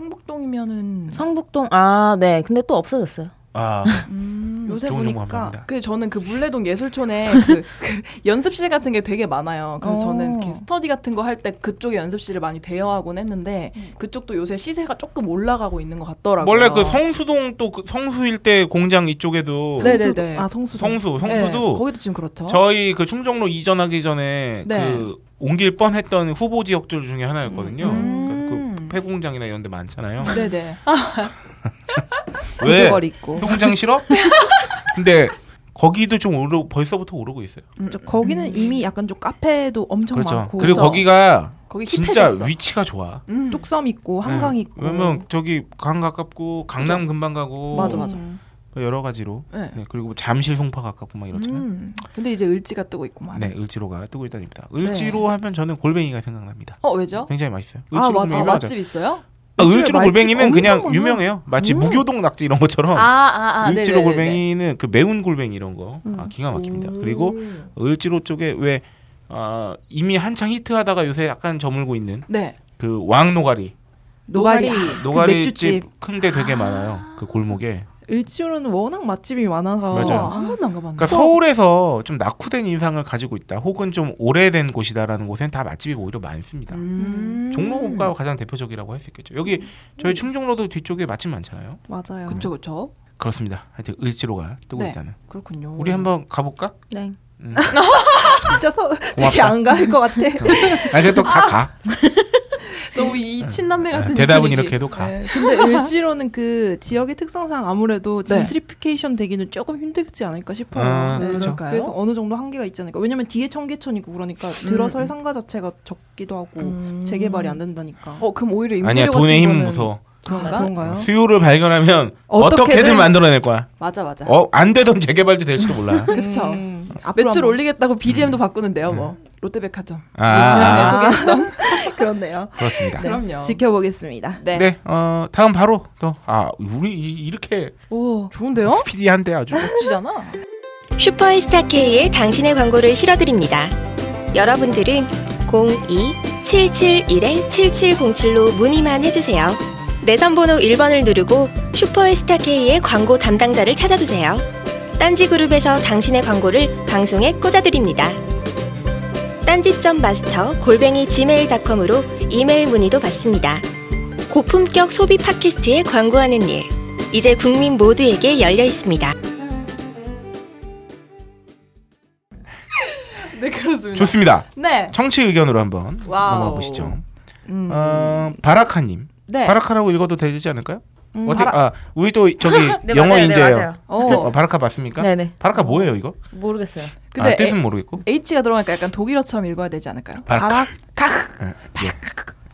성북동이면은
성북동 아 네 근데 또 없어졌어요.
아,
음.
요새
좋은 정보
보니까
감사합니다.
그 저는 그 물레동 [LAUGHS] 예술촌에 그, 그 연습실 같은 게 되게 많아요. 그래서
어.
저는 이렇게 스터디 같은 거 할 때 그쪽에 연습실을 많이 대여하곤 했는데 그쪽도 요새 시세가 조금 올라가고 있는 것 같더라고요.
원래 그 성수동 또 그 성수 일대 공장 이쪽에도
네.
성수-
네네네.
아 성수.
성수
네,
성수도
거기도 지금 그렇죠.
저희 그 충정로 이전하기 전에
네.
그 옮길 뻔했던 후보 지역들 중에 하나였거든요.
음.
그래서 그 폐공장이나 이런 데 많잖아요.
네네. 네.
왜?
구두걸 있고.
폐공장
[LAUGHS]
싫어? 근데 거기도 좀 오르 벌써부터 오르고 있어요.
저 거기는
음.
이미 약간 좀 카페도 엄청
그렇죠.
많고
그리고 거기가
거기
진짜
힙해졌어.
위치가 좋아.
음.
뚝섬 있고 한강
네.
있고.
왜냐면 저기 강 가깝고 강남 금방 가고
맞아, 맞아.
여러 가지로.
음. 네.
네, 그리고 잠실 송파 가깝고 막 이렇잖아요.
음. 근데 이제 을지가 뜨고 있구만.
네, 을지로가 뜨고 있다입니다. 을지로 하면 저는 골뱅이가 생각납니다.
어 왜죠?
굉장히 맛있어요.
아
네, 을지로 골뱅이
맞아
유명하죠.
맛집 있어요?
아,
을지로
을지로
맛집
골뱅이는 그냥
엄청 많아.
유명해요. 마치 무교동 낙지 이런 것처럼
아아아
을지로 골뱅이는 그 매운 골뱅이 이런 거 아, 기가 막힙니다.
음.
그리고 을지로 쪽에 왜 아, 이미 한창 히트하다가 요새 약간 저물고 있는
네.
그 왕노가리
노가리. 맥주집.
노가리집 큰데 되게 많아요. 그 골목에
을지로는 워낙 맛집이 많아서.
맞아요.
우와, 어, 한 번도 안 가봤네.
그러니까 서울에서 좀 낙후된 인상을 가지고 있다. 혹은 좀 오래된 곳이다라는 곳엔 다 맛집이 오히려 많습니다.
음.
종로가 가장 대표적이라고 할 수 있겠죠. 여기 저희 충정로도 뒤쪽에 맛집 많잖아요.
맞아요.
그러니까
그쵸 그쵸.
그렇습니다. 하여튼 을지로가 뜨고
네.
있다는.
그렇군요.
우리 한번 가볼까?
네.
음.
진짜 서 되게
고맙다.
안 갈 것 같아.
아니 그래도 가
[LAUGHS]
가.
너무 이 친남매 같은
네. 대답은
분위기.
이렇게 해도 가.
네, 근데 을지로는 그 지역의 특성상 아무래도
네.
진트리피케이션 되기는 조금 힘들지 않을까 싶어요.
아,
네.
그렇죠.
그럴까요?
그래서 어느 정도 한계가 있지 않을까. 왜냐면 뒤에 청계천이고 그러니까
음,
들어설 상가 자체가 적기도 하고 재개발이 안 된다니까.
어 그럼 오히려 임대료
아니야
같은
돈의 힘은
거는 어?
무서워.
그런가?
그런가요?
수요를 발견하면
어떻게든-
어떻게든 만들어낼 거야.
맞아 맞아.
어 안 되던 재개발도 될지도
[LAUGHS]
몰라.
그쵸.
음, 앞으로
매출
한번-
올리겠다고
음.
BGM도 바꾸는데요 뭐. 롯데백화점.
아,
지난해
아,
소개.
[LAUGHS] 그렇네요.
그렇습니다.
네,
그럼요.
지켜보겠습니다.
네.
네, 어, 다음 바로 또 아 우리 이- 이렇게
오,
[LAUGHS]
좋은데요? [LAUGHS]
스피디한데 아주
멋지잖아.
슈퍼스타 K의 당신의 광고를 실어드립니다. 여러분들은 02-771-7707로 문의만 해주세요. 내선번호 1번을 누르고 슈퍼스타 K의 광고 담당자를 찾아주세요. 딴지그룹에서 당신의 광고를 방송에 꽂아드립니다. 딴지점 마스터 골뱅이 gmail.com으로 이메일 문의도 받습니다. 고품격 소비 팟캐스트에 광고하는 일 이제 국민 모두에게 열려 있습니다.
네 그렇습니다.
좋습니다.
네.
청취 의견으로 한번
와우.
넘어가 보시죠.
음.
어, 바라카님,
네.
바라카라고 읽어도 되지 않을까요?
음,
어떻게
바라-
아 우리 또 저기
네,
영어
맞아요. 네,
인재예요.
맞아요.
어,
어.
바라카 맞습니까?
네네.
바라카 뭐예요 이거?
모르겠어요.
근데
아, 뜻은 모르겠고.
에, H가 들어가니까 약간 독일어처럼 읽어야 되지 않을까요?
바라카. 예.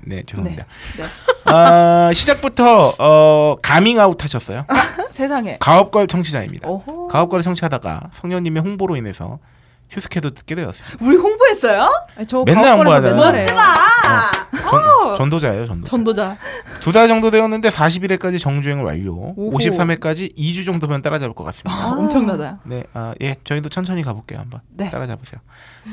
네 죄송합니다.
네.
아, 시작부터 어, 가밍아웃 하셨어요.
세상에.
가업걸 청취자입니다.
오호.
가업걸을 청취하다가 성녀님의 홍보로 인해서 휴스케도 듣게 되었어요.
우리 홍보했어요?
아니, 저
맨날
가옥걸에서
홍보하잖아요.
맨날 해요.
어, 전, 전도자예요 전도자.
전도자.
두 달 정도 되었는데 41회까지 정주행을 완료.
오호.
53회까지 2주 정도면 따라잡을 것 같습니다.
아, 엄청나다.
네, 아, 예, 저희도 천천히 가볼게요 한번
네.
따라잡으세요.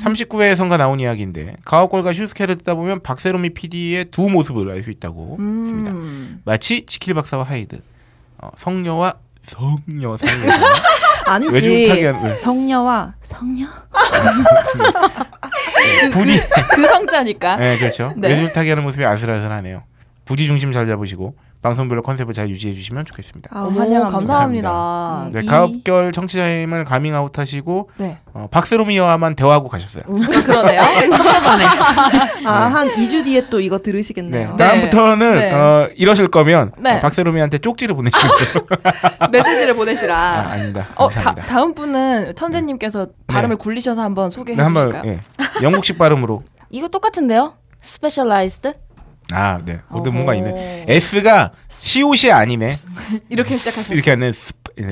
39회에 선가 나온 이야기인데 가옥골과 슈스케를 듣다 보면 박세롬이 PD의 두 모습을 알 수 있다고 했습니다.
음.
마치 지킬 박사와 하이드, 어, 성녀와 성녀 네, 사이에
[LAUGHS]
외주
아니지.
못하게 왜?
성녀와 성녀?
네, 부디
그 성자니까.
네, 그렇죠.
네.
외줄 타기 하는 모습이 아슬아슬하네요. 부디 중심 잘 잡으시고 방송별로 컨셉을 잘 유지해 주시면 좋겠습니다.
아,
어머,
환영합니다.
감사합니다.
감사합니다.
네,
이-
가업결 청취자임을 가밍아웃 하시고
아, 네.
어, 박세롬이와만 대화하고 가셨어요.
그러네요.
아, 한 2주 뒤에 또 이거
네.
들으시겠네요.
다음부터는
네.
어, 이러실 거면
네.
어, 박세롬이한테 쪽지를
[LAUGHS]
보내주세요.
메시지를
아,
보내시라.
아닙니다.
어, 다,
감사합니다.
다음 분은 천재님께서 발음을 굴리셔서 한번 소개해
네, 한번
주실까요?
예. 영국식 발음으로
이거 똑같은데요? 스페셜라이즈드?
아, 네. 어떤
어허.
뭔가 있네. S가 시옷이 아니네.
[LAUGHS] 이렇게 시작하셨어요.
예. 이렇게 하는 스, 네.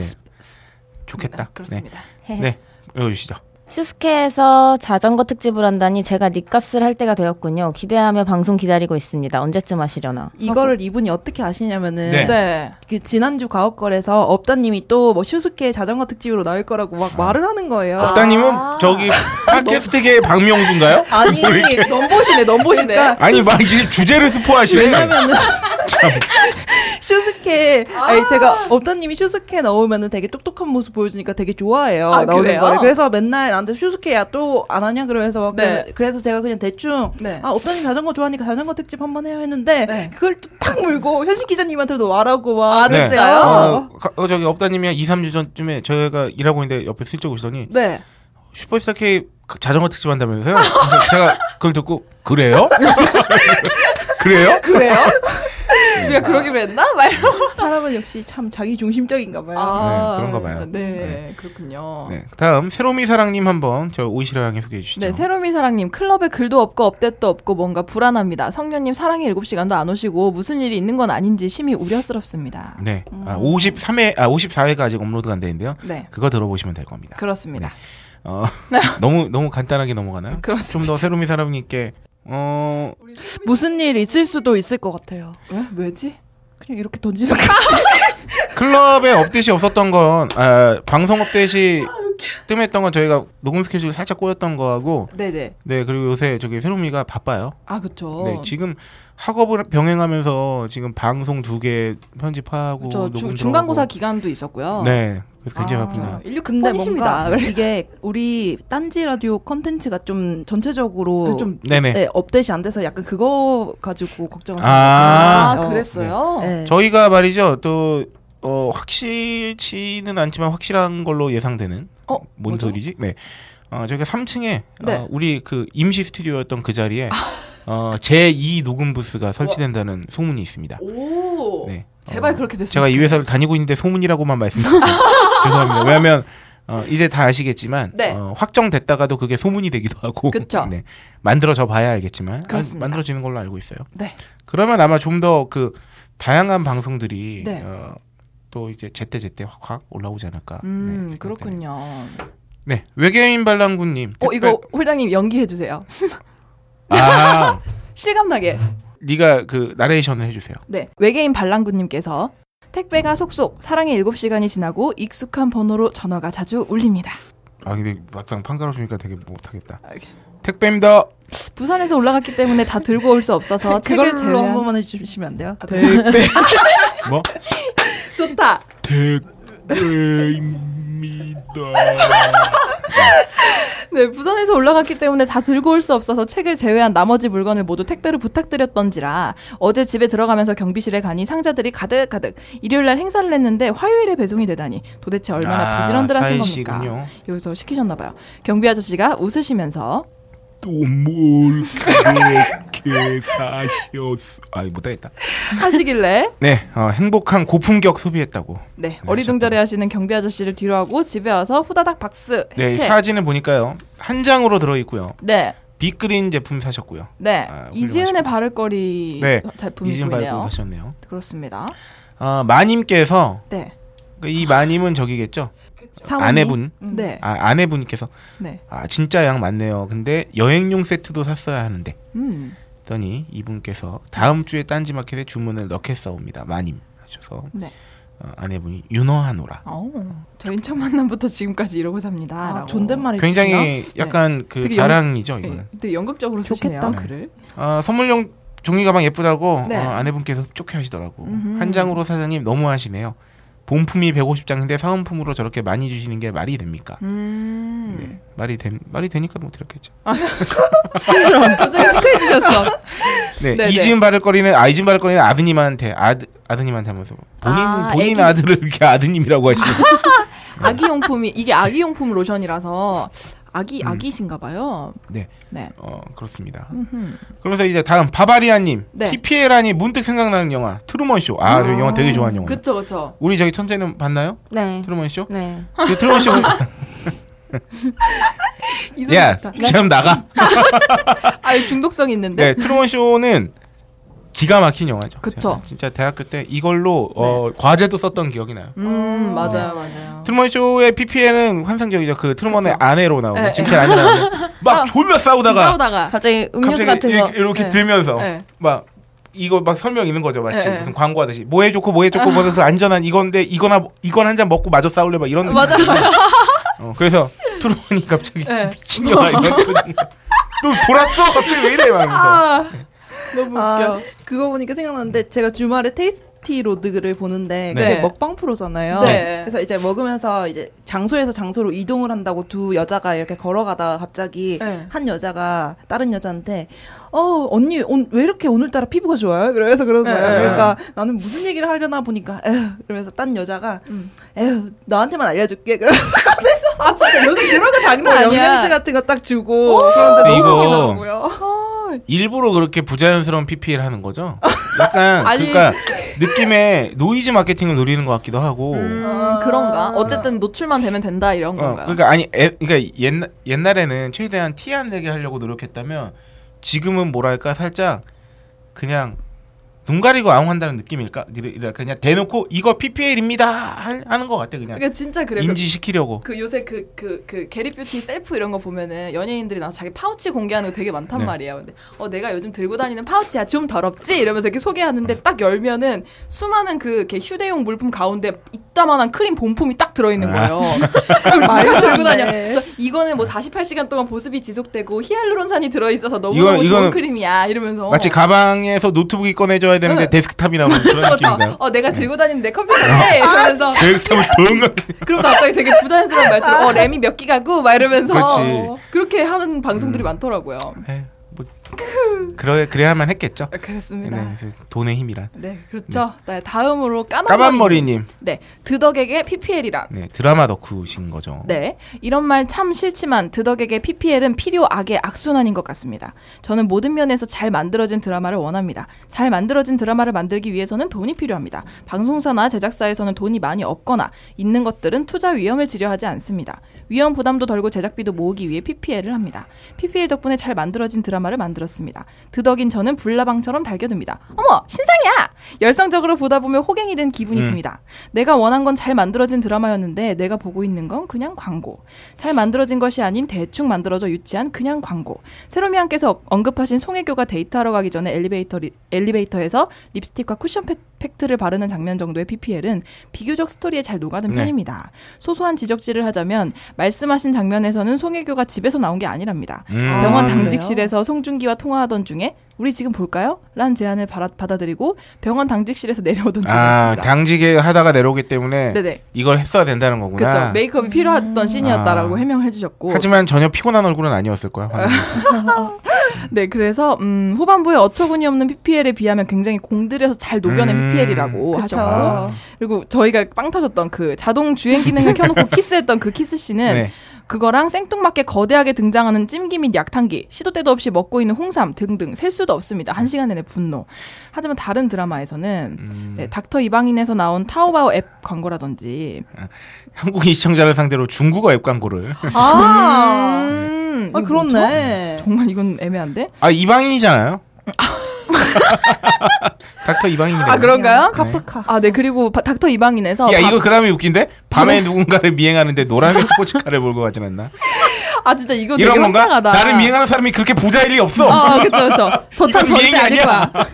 좋겠다. 네.
그렇습니다.
네. 읽어주시죠.
슈스케에서 자전거 특집을 한다니 제가 닉값을 할 때가 되었군요. 기대하며 방송 기다리고 있습니다. 언제쯤 하시려나.
이거를 이분이 어떻게 아시냐면은
네.
네.
그 지난주 가옥걸에서 업다님이 또 뭐 슈스케 자전거 특집으로 나올 거라고 막 말을 하는 거예요.
업다님은 저기 팟캐스트계의 박명수인가요?
아니
[LAUGHS]
넘보시네, 넘보시네.
아니 막 이제 주제를 스포하시네.
왜냐면은 슈스케 아니 제가 업다님이 슈스케 나오면은 되게 똑똑한 모습 보여주니까 되게 좋아해요
아,
나오는
그래요?
거를 그래서 맨날 나한테 슈스케야 또 안 하냐 그러면서
네.
그- 그래서 제가 그냥 대충
네.
아 업다님 자전거 좋아하니까 자전거 특집 한번 해요 했는데
네. 아,
그걸 또탁 물고 현식 기자님한테도 말하고 막
네.
그랬대요.
어, 가- 어, 저기 업다님이 한 2, 3주 전쯤에 저희가 일하고 있는데 옆에 슬쩍 오시더니
네.
슈퍼스타 [LAUGHS] K 자전거 특집 한다면서요? [LAUGHS] 그래서 제가 그걸 듣고 그래요?
그러니까
그래요?
그래요?
[LAUGHS]
[LAUGHS] 우리가 그러기로 했나? 말.
사람은 역시 참 자기 중심적인가 봐요.
아,
네, 그런가 봐요.
네, 그렇군요. 네.
네. 다음 새로미 사랑님 한번 저 오이시라 양이 소개해 주시죠.
새로미 사랑님 클럽에 글도 없고 업데이트도 없고 뭔가 불안합니다. 성녀님 사랑의 일곱 시간도 안 오시고 무슨 일이 있는 건 아닌지 심히 우려스럽습니다.
네. 아, 53회 아 54회가 아직 업로드가 안 되는데요.
네,
그거 들어보시면 될 겁니다.
그렇습니다.
어, [LAUGHS] 너무 너무 간단하게 넘어가나요?
그렇습니다.
좀 더 새로미 사랑님께 어
무슨 일 있을 수도 있을 것 같아요.
네.
왜? 왜지?
그냥 이렇게 던지서
클럽에 업데이트 없었던 건 아, 방송 업데이트
아,
뜸했던 건 저희가 녹음 스케줄 살짝 꼬였던 거하고
네네.
네 그리고 요새 저기 새로미가 바빠요.
아 그쵸.
네 지금 학업을 병행하면서 지금 방송 두 개 편집하고
저
녹음
주,
들어가고.
중간고사 기간도 있었고요.
네 그래서 굉장히
아,
바쁩니다.
인류 근데
근데
뭔가
뭔가 이게 우리 딴지 라디오 컨텐츠가 좀 전체적으로
좀
네네
네, 업데이트 안 돼서 약간 그거 가지고 걱정을
아,
아,
하는 것 같아요.
그랬어요.
네.
저희가 말이죠 또 어, 확실치는 않지만 확실한 걸로 예상되는
어,
뭔
뭐죠?
소리지? 네 어, 저희가 3층에
네.
어, 우리 그 임시 스튜디오였던 그
[LAUGHS]
자리에 어, 제2 녹음 부스가 설치된다는 소문이 있습니다.
오.
네.
제발
어,
그렇게 됐으면
제가 이 회사를 다니고 있는데 소문이라고만
[LAUGHS]
말씀드립니다. 죄송합니다. 왜냐하면 어, 이제 다 아시겠지만
네.
어, 확정됐다가도 그게 소문이 되기도 하고
그쵸.
[LAUGHS] 네. 만들어져 봐야 알겠지만 아,
그렇습니다.
만들어지는 걸로 알고 있어요.
네.
그러면 아마 좀 더 그 다양한 방송들이
네.
어, 또 이제 제때 제때 확확 올라오지 않을까. 네,
음
생각되네요.
그렇군요.
네 외계인 반란군님.
어
택배-
이거 홀장님 연기해 주세요.
아
실감나게.
네가 그 나레이션을 해주세요.
네. 외계인 반란군님께서 택배가 속속 사랑의 일곱 시간이 지나고 익숙한 번호로 전화가 자주 울립니다.
아 근데 막상 판가로 주니까 되게 못하겠다.
알겠-
택배입니다.
부산에서 올라갔기 때문에 다 들고 올 수 [LAUGHS] 없어서 책을
그걸로
제외한
한 번만 해주시면 안 돼요? 네.
뭐?
좋다.
택배입니다.
네, 부산에서 올라갔기 때문에 다 들고 올 수 없어서 책을 제외한 나머지 물건을 모두 택배로 부탁드렸던지라 어제 집에 들어가면서 경비실에 가니 상자들이 가득가득 일요일 날 행사를 했는데 화요일에 배송이 되다니 도대체 [LAUGHS] 얼마나
아,
부지런들 하신 겁니까?
사이시군요.
여기서 시키셨나 봐요. 경비 아저씨가 웃으시면서 [LAUGHS]
또뭘 그렇게 사셨어? 아이 못하겠다.
하시길래
네, 어, 행복한 고품격 소비했다고.
네, 어리둥절해 하시는 경비 아저씨를 뒤로 하고 집에 와서 후다닥 박스
네, 이
해체.
사진을 보니까요. 한 장으로 들어 있고요.
네.
빅그린 제품 사셨고요.
네.
아,
이지은의 바를거리
네,
제품이
이진 밟고
보이네요.
사셨네요.
그렇습니다.
아, 마님께서 그러니까
네.
이 마님은 저기겠죠?
사원이?
아내분.
네.
아, 아내분께서
네.
아, 진짜 양 많네요. 근데 여행용 세트도 샀어야 하는데.
음.
했더니 이분께서 다음 주에 딴지마켓에 주문을 넣겠사옵니다. 마님 하셔서
네.
어, 아내분이 윤허하노라.
어, 저인 첫 만남부터 지금까지 이러고 삽니다.
아,
라고.
존댓말이
굉장히 약간 그
네. 되게 영-
자랑이죠,
네,
이거는.
되게 연극적으로 쓰시네요.
좋겠다.
글을.
어, 선물용 종이 가방 예쁘다고
네.
어, 아내분께서 쪽해 하시더라고.
음흠.
한 장으로 사장님 너무 하시네요. 본품이 150장인데 사은품으로 저렇게 많이 주시는 게 말이 됩니까?
음.
네, 말이 됨 말이 되니까 못 드렸겠죠.
[LAUGHS] 표정이 시크해지셨어.
네,
네,
이지은 바를거리는 아 이지은 바를거리는 아드님한테 아드 아드님한테 하면서 본인
아,
본인
애기.
아들을 이렇게 아드님이라고
[LAUGHS]
하시는.
[LAUGHS] 아기 용품이 이게 아기 용품 로션이라서 아기
음.
아기신가 봐요.
네.
네.
어 그렇습니다.
음흠.
그러면서 이제 다음 바바리아님
네.
PPL하니 문득 생각나는 영화 트루먼 쇼. 아저 영화 되게 좋아하는 영화.
그쵸 그쵸.
우리 저기 천재는 봤나요?
네.
트루먼 쇼?
네.
그 트루먼 쇼.
[LAUGHS] 이성
야,
같다.
그럼 나가.
아 중독성 있는데.
네, 트루먼 쇼는 기가 막힌 영화죠.
그쵸.
제가 진짜 대학교 때 이걸로 어, 과제도 썼던 기억이 나요.
음 맞아요 맞아요.
트루먼 쇼의 PPL은 환상적이죠. 그 트루먼의 아내로 나오고
네,
진짜 아내 나오고 막 존나 싸우다가
싸우다가
갑자기
갑자기
음료수 같은 거.
이렇게, 이렇게
네.
들면서
네.
막 이거 막 설명 있는 거죠. 마치
네,
무슨 광고하듯이 뭐해 좋고 뭐해 좋고 뭐해서 안전한 이건데 이거나 뭐- 이건 한 잔 먹고 마저 싸울래 막 이런
맞아.
느낌. 어, 그래서 트루먼이 갑자기
네.
미친년아 이런 표정. 또 돌았어 갑자기 왜 이래 막 이러면서.
아, 너무 웃겨.
아, 그거 보니까 생각났는데 제가 주말에 테이스티 로드를 보는데
네.
그게 먹방 프로잖아요.
네.
그래서 이제 먹으면서 이제 장소에서 장소로 이동을 한다고 두 여자가 이렇게 걸어가다가 갑자기
네.
한 여자가 다른 여자한테 어 언니 온, 왜 이렇게 오늘따라 피부가 좋아요? 그래서 그런 거예요.
네.
그러니까 나는 무슨 얘기를 하려나 보니까 에휴 그러면서 딴 여자가 에휴 너한테만 알려줄게. 그래서
음.
[LAUGHS]
아 진짜 요새 그런 거 장난
뭐
아니야.
영양제 같은 거 딱 주고 그런데
아, 이거
너무 웃기더라고요.
어,
일부러 그렇게 부자연스러운 PPL 하는 거죠? 약간
[LAUGHS] 아니.
그러니까 느낌에 노이즈 마케팅을 노리는 것 같기도 하고.
음, 그런가? 어쨌든 노출만 되면 된다 이런
어,
건가요?
그러니까 아니 에, 그러니까 옛날 옛날에는 최대한 티 안 내게 하려고 노력했다면 지금은 뭐랄까 살짝 그냥 눈 가리고 아웅한다는 느낌일까? 이랄까 그냥 대놓고 이거 PPL입니다 하는 것 같아 그냥
그러니까 진짜 그래요.
인지시키려고.
그 요새 그 그 그 게리 뷰티 셀프 이런 거 보면은 연예인들이 나서 자기 파우치 공개하는 거 되게 많단
네.
말이에요. 근데 어 내가 요즘 들고 다니는 파우치야 좀 더럽지 이러면서 이렇게
음.
소개하는데 딱 열면은 수많은 그 이렇게 휴대용 물품 가운데 이따만한 크림 본품이 딱 들어있는
아.
거예요. [LAUGHS] 그걸 누가 들고 다녀? 그래서 이거는 뭐 48시간 동안 보습이 지속되고 히알루론산이 들어있어서 너무
이거-
너무 좋은
이거는
크림이야 이러면서
마치 가방에서 노트북이 꺼내줘야 되는데
어. 응. [LAUGHS]
데스크탑이라면 그런
그쵸, 그쵸.
느낌인가요? 네. 아.
어 내가 들고 다니는 내 컴퓨터인데 이러면서
데스크탑을 덩
그럼 갑자기 되게 부자연스러운 말투로 어 램이 몇 기가고 막 이러면서
그렇지.
그렇게 하는 방송들이 많더라고요.
에이, 뭐 그래 그래야만 했겠죠.
아, 그렇습니다.
네,
네,
그래서 돈의 힘이란.
그렇죠. 네, 다음으로 까만 머리.
까만머리님,
네, 드덕에게 PPL이란.
네 드라마 덕후신 거죠.
네. 이런 말 참 싫지만 드덕에게 PPL은 필요 악의 악순환인 것 같습니다. 저는 모든 면에서 잘 만들어진 드라마를 원합니다. 잘 만들어진 드라마를 만들기 위해서는 돈이 필요합니다. 방송사나 제작사에서는 돈이 많이 없거나 있는 것들은 투자 위험을 지려하지 않습니다. 위험 부담도 덜고 제작비도 모으기 위해 PPL을 합니다. PPL 덕분에 잘 만들어진 드라마를 만들었습니다. 드덕인 저는 불나방처럼 달겨듭니다. 어머, 신상이야! 열성적으로 보다 보면 호갱이 된 기분이
음.
듭니다.
내가 원한 건 잘 만들어진 드라마였는데 내가 보고 있는 건 그냥 광고. 잘 만들어진 것이 아닌 대충 만들어져 유치한 그냥 광고. 세로미안께서 어- 언급하신 송혜교가 데이트하러 가기 전에 엘리베이터 리- 엘리베이터에서 립스틱과 쿠션 팩, 팩트를 바르는 장면 정도의 PPL은 비교적 스토리에 잘 녹아든
네.
편입니다. 소소한 지적질을 하자면 말씀하신 장면에서는 송혜교가 집에서 나온 게 아니랍니다.
음.
병원
아,
당직실에서 송중기와 통화하던 중에 우리 지금 볼까요? 라는 제안을 받아, 받아들이고 병원 당직실에서 내려오던
아
중이었습니다.
당직에 하다가 내려오기 때문에
네네.
이걸 했어야 된다는 거구나.
그렇죠. 메이크업이
음.
필요했던 씬이었다라고
아.
해명해 주셨고.
하지만 전혀 피곤한 얼굴은 아니었을 거야. 화면이.
네, 그래서 음, 후반부에 어처구니 없는 PPL에 비하면 굉장히 공들여서 잘 녹여낸
음.
PPL이라고
그쵸. 아.
하셨고. 그리고 저희가 빵 터졌던 그 자동 주행
[LAUGHS]
기능을 켜놓고 키스했던 그 키스 씬은
네.
그거랑 생뚱맞게 거대하게 등장하는 찜기 및 약탕기, 시도 때도 없이 먹고 있는 홍삼 등등 셀 수도 없습니다. 한 시간 내내 분노. 하지만 다른 드라마에서는
음,
네, 닥터 이방인에서 나온 타오바오 앱 광고라든지
한국인 시청자를 상대로 중국어 앱 광고를.
아,
음,
아
이거
그렇네.
정말 이건 애매한데?
아 이방인이잖아요. [LAUGHS] 닥터 이방인이래.
아 그런가요?
카프카.
아, 네. 그리고 바- 닥터 이방인에서
야
밤-
이거 그다음에 웃긴데 밤에 누군가를 미행하는데 노란색 [LAUGHS] 스포츠카를 몰고 가진 않나?
아 진짜 이거 되게
이런 건가?
황당하다.
나를 미행하는 사람이 그렇게 부자일 리 없어.
어, 그쵸, 그쵸. 저차
이건
절대
미행이
아닐
아니야.
거야.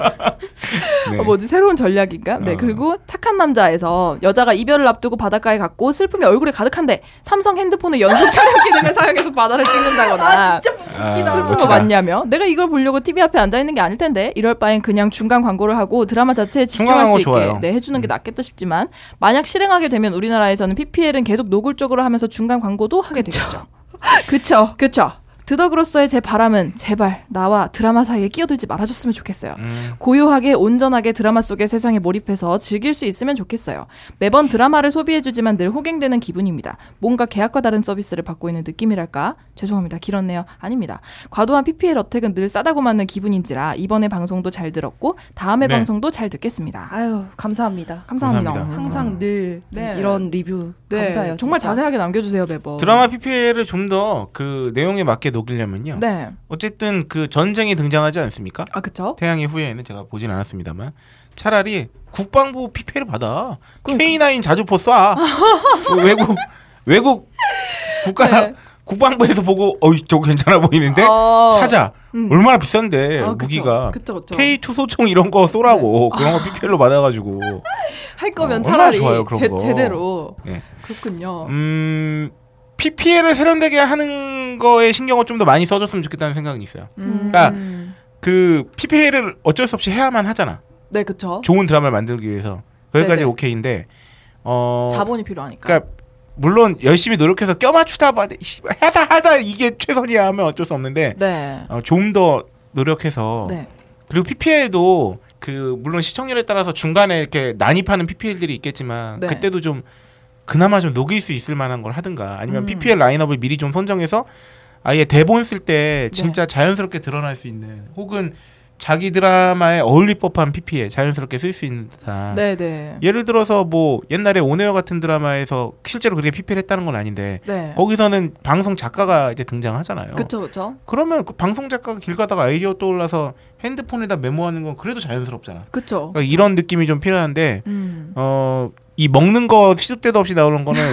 [LAUGHS] 네.
어, 뭐지, 새로운 전략인가? 네,
어.
그리고 착한 남자에서 여자가 이별을 앞두고 바닷가에 갔고 슬픔이 얼굴에 가득한데 삼성 핸드폰을 연속 촬영 기능을 사용해서 바다를 [LAUGHS] 찍는다거나.
아,
슬픈 거
멋지다.
맞냐며? 내가 이걸 보려고 TV 앞에 앉아 있는 게 아닐 텐데 이럴 바엔 그냥 중간 광고를 하고 드라마 자체에 집중할
중간광고
수 있게
좋아요. 음.
네, 해주는 게 낫겠다 싶지만 만약 실행하게 되면 우리나라에서는 PPL은 계속 노골적으로 하면서 중간 광고도 하게 되겠죠.
[LAUGHS]
그쵸, 그쵸. 드덕으로서의 제 바람은 제발 나와 드라마 사이에 끼어들지 말아줬으면 좋겠어요.
음,
고요하게 온전하게 드라마 속의 세상에 몰입해서 즐길 수 있으면 좋겠어요. 매번 드라마를 소비해주지만 늘 호갱되는 기분입니다. 뭔가 계약과 다른 서비스를 받고 있는 느낌이랄까? 죄송합니다. 길었네요. 아닙니다. 과도한 PPL 어택은 늘 싸다고 맞는 기분인지라 이번에 방송도 잘 들었고 다음에
네.
방송도 잘 듣겠습니다.
아유 감사합니다.
감사합니다.
감사합니다.
항상 늘
아. 네.
이런 리뷰
네,
감사해요.
정말
진짜.
자세하게 남겨주세요 매번.
드라마 PPL을 좀 더 그 내용에 맞게 녹이려면요.
네.
어쨌든 그 전쟁이 등장하지 않습니까?
아 그쵸?
태양의 후예에는 제가 보진 않았습니다만 차라리 국방부 PPL 받아
그러니까.
K9 자주포 쏴 그 외국 외국 국가
네.
국방부에서 보고 어이 저거 괜찮아 보이는데
어.
사자
음.
얼마나 비싼데
아, 그쵸.
무기가
그쵸 그쵸.
K2 소총 이런 거 쏘라고 그런 거 PPL로 받아가지고
할 거면
어, 얼마나
차라리
좋아요, 그런
제,
거.
제대로.
네.
그렇군요.
음 PPL을 세련되게 하는 거에 신경을 좀 더 많이 써줬으면 좋겠다는 생각은 있어요.
음.
그러니까 그 PPL을 어쩔 수 없이 해야만 하잖아.
네 그쵸.
좋은 드라마를 만들기 위해서 거기까지
네네.
오케이인데 어
자본이 필요하니까.
그러니까 물론 열심히 노력해서 껴맞추다 봐 하다 하다 이게 최선이야 하면 어쩔 수 없는데
네.
어, 좀 더 노력해서
네.
그리고 PPL도 그 물론 시청률에 따라서 중간에 이렇게 난입하는 PPL들이 있겠지만
네.
그때도
음.
좀 그나마 좀 녹일 수 있을 만한 걸 하든가 아니면 PPL 라인업을 미리 좀 선정해서 아예 대본 쓸
네.
때 진짜 자연스럽게 드러날 수 있는 혹은 자기 드라마에 어울릴 법한 PP에 자연스럽게 쓸 수 있는 듯한
네, 네.
예를 들어서 뭐 옛날에 온에어 같은 드라마에서 실제로 그렇게 PP를 했다는 건 아닌데
네.
거기서는 방송 작가가 이제 등장하잖아요.
그쵸, 그쵸.
그러면 그 방송 작가가 길 가다가 아이디어 떠올라서 핸드폰에다 메모하는 건 그래도 자연스럽잖아.
그쵸.
그러니까 이런 느낌이 좀 필요한데
음.
어 이 먹는 거 시도 때도 없이 나오는
[LAUGHS]
거는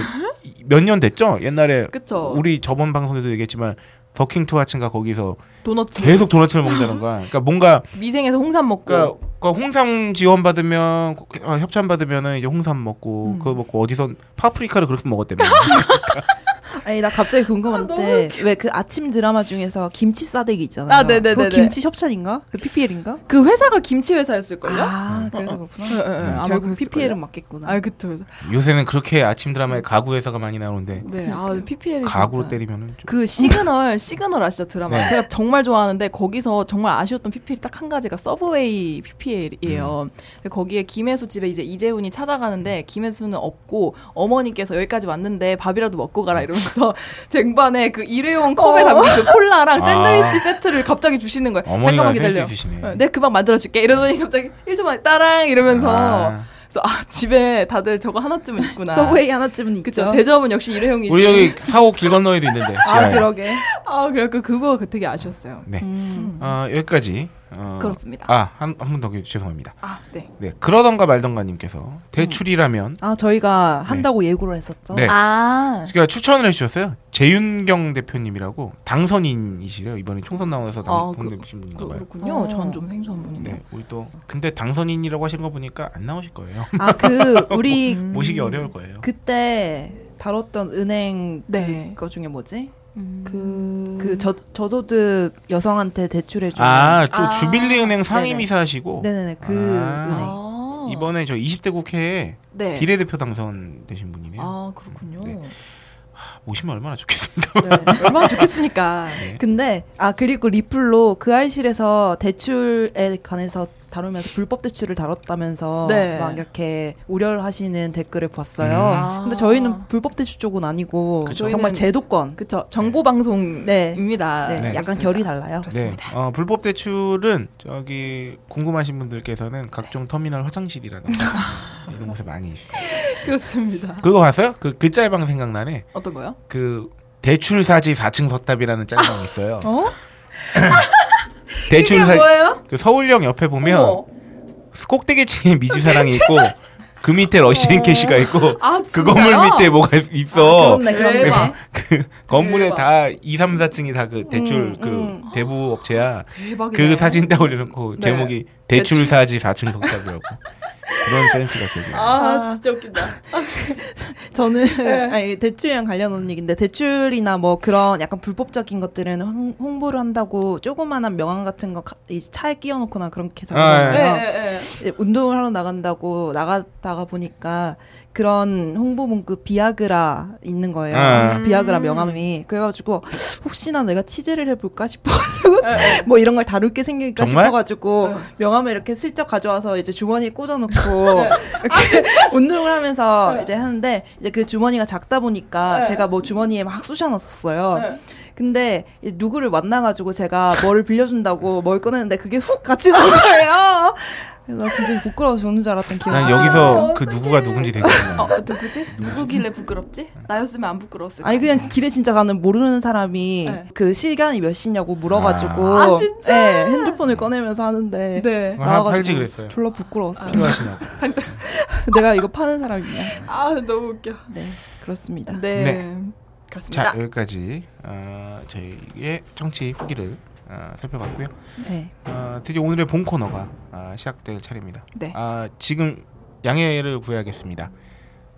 몇 년 됐죠? 옛날에
그쵸.
어, 우리 저번 방송에도 얘기했지만 더킹 투하츠인가 거기서
도넛.
계속 도넛을 먹는다는 거야. 그러니까 뭔가
미생에서 홍삼 먹고.
그러니까 그 홍삼 지원 받으면 어, 협찬 받으면은 이제 홍삼 먹고
음.
그거 먹고 어디서 파프리카를 그렇게 먹었대며.
[LAUGHS]
아니 나 갑자기
아, 너무
궁금한데 왜 그 아침 드라마 중에서 김치 싸대기 있잖아요.
아, 네네네네.
그거 김치 협찬인가? 그 PPL인가?
그 회사가 김치 회사였을걸요?
아 그래서 그렇구나.
예, 예, 예. 아마
결국
그랬을걸요?
PPL은 맞겠구나.
아, 그쵸. 그쵸.
요새는 그렇게 아침 드라마에 가구 회사가 많이 나오는데
네. 아, PPL이
그러니까 가구로
진짜.
때리면은 좀
그 시그널 [LAUGHS] 시그널 아시죠 드라마
네.
제가 정말 좋아하는데 거기서 정말 아쉬웠던 PPL 이 딱 한 가지가 서브웨이
음.
PPL이에요. 거기에 김혜수 집에 이제 이재훈이 찾아가는데 김혜수는 없고 어머니께서 여기까지 왔는데 밥이라도 먹고 가라 이러면서 [LAUGHS] 쟁반에 그 일회용 컵에
어.
담긴 그 콜라랑 샌드위치
아.
세트를 갑자기 주시는 거예요.
어머니가
잠깐만
센스
기다려.
있으시네.
어, 네 금방 만들어줄게 이러더니 갑자기 1초 만에 따랑 이러면서
아.
그래서 아 집에 다들 저거 하나쯤은 있구나.
서브웨이 하나쯤은
그쵸
있죠.
대접은 역시 일회용이지.
우리 여기 사옥 길 건너에도 있는데.
아
지하에.
그러게.
아 그래갖고 그거 되게 아쉬웠어요.
네.
음.
어, 여기까지. 어,
그렇습니다.
아한한분더 죄송합니다.
아, 네.
네 그러던가 말던가님께서 대출이라면
아 저희가 한다고 예고를 했었죠.
네
아,
그러니까 추천을 해주셨어요. 재윤경 대표님이라고 당선인이시래요. 이번에 총선 나와서
아, 그,
당선되신 분인가봐요.
그렇군요.
어.
전 좀 생소한 분인데.
네, 우리 또 근데 당선인이라고 하시는 거 보니까 안 나오실 거예요.
아 그 우리
음.
모시기 어려울 거예요.
그때 다뤘던 은행
네.
그거 중에 뭐지?
그,
그 저, 저소득 여성한테 대출해주는
아 또
아,
주빌리 은행
네네.
상임이사시고
네네네 그
아.
은행
아,
이번에 저 20대 국회에
네.
비례대표 당선되신 분이네요.
아, 그렇군요.
네.
네.
오시면 얼마나 좋겠습니까?
얼마나 좋겠습니까?
네.
근데 아 그리고 리플로 그 아이실에서 대출에 관해서 다루면서 불법 대출을 다뤘다면서
네.
막 이렇게 우려를 하시는 댓글을 봤어요.
음.
아.
근데 저희는 불법 대출 쪽은 아니고
그쵸.
정말
저희는-
제도권
그쵸. 정보방송입니다.
네.
네,
네, 약간
그렇습니다.
결이 달라요.
네. 어, 불법 대출은 저기 궁금하신 분들께서는 각종 터미널 화장실이라든가
[LAUGHS]
이런 곳에 많이 있어요.
그렇습니다.
그거 봤어요? 그, 그 짤방 생각나네.
어떤 거요?
그 대출사지 4층 서탑이라는 짤방이 있어요.
어?
그게
[LAUGHS] 대출사
뭐예요?
그 서울역 옆에 네, 보면
어머.
꼭대기층에
[LAUGHS]
미주사랑이 있고 그 밑에 러시앤 캐시가 있고
아,
그
어. [LAUGHS] 진짜요? 아,
건물 밑에 뭐가 있어.
그렇네 그렇네.
그래서 그 건물에
대박.
다 2, 3, 4층이 다 그 대출
음,
그
음.
대부 업체야.
대박이다.
그 사진 딱 올려놓고
네.
제목이 대출사지 4층 독자부라고 그런 센스가 되게
아, 진짜 웃긴다. [LAUGHS]
저는
네.
[LAUGHS] 아니, 대출이랑 관련 온 얘기인데 대출이나 뭐 그런 약간 불법적인 것들은 홍, 홍보를 한다고 조그마한 명함 같은 거 가- 이 차에 끼워놓거나 그렇게
네,
아,
잡잖아요.
네, 네.
이제 운동을 하러 나간다고 나갔다가 보니까 그런 홍보 문구 비아그라 있는 거예요.
아.
비아그라 명함이 그래가지고 혹시나 내가 취재를 해볼까 싶어가지고
네.
뭐 이런 걸 다룰 게 생길까
정말?
싶어가지고 명함을 이렇게 슬쩍 가져와서 이제
[LAUGHS]
주머니에
네.
꽂아놓고 이렇게 [LAUGHS] 운동을 하면서 이제 하는데 이제 그 주머니가 작다 보니까
네.
제가 뭐 주머니에 막 쑤셔놨었어요. 근데 이 누구를 만나가지고 제가 뭐를 빌려준다고 뭘 꺼냈는데 그게 훅 같이 나온 거예요. 그래서 진짜 부끄러워서 죽는 줄 알았던 기억이
난
나요.
여기서 그 누구가 누군지 되게 궁금해.
어, 누구지? 누구길래 부끄럽지? 나였으면 안 부끄러웠을
아니 그냥 길에 진짜 가는 모르는 사람이
네.
그 시간이 몇 시냐고 물어가지고
아, 진짜?
네, 핸드폰을 꺼내면서 하는데
네.
아, 팔지 그랬어요.
졸라 부끄러웠어요.
필요하시냐고
내가 이거 파는 사람이냐.
아, 너무 웃겨.
네 그렇습니다.
네.
네.
그렇습니다.
자 여기까지 어, 저희의 정치 후기를 어, 살펴봤고요
네.
어, 드디어 오늘의 본 코너가 아, 시작될 차례입니다
네.
아, 지금 양해를 구해야겠습니다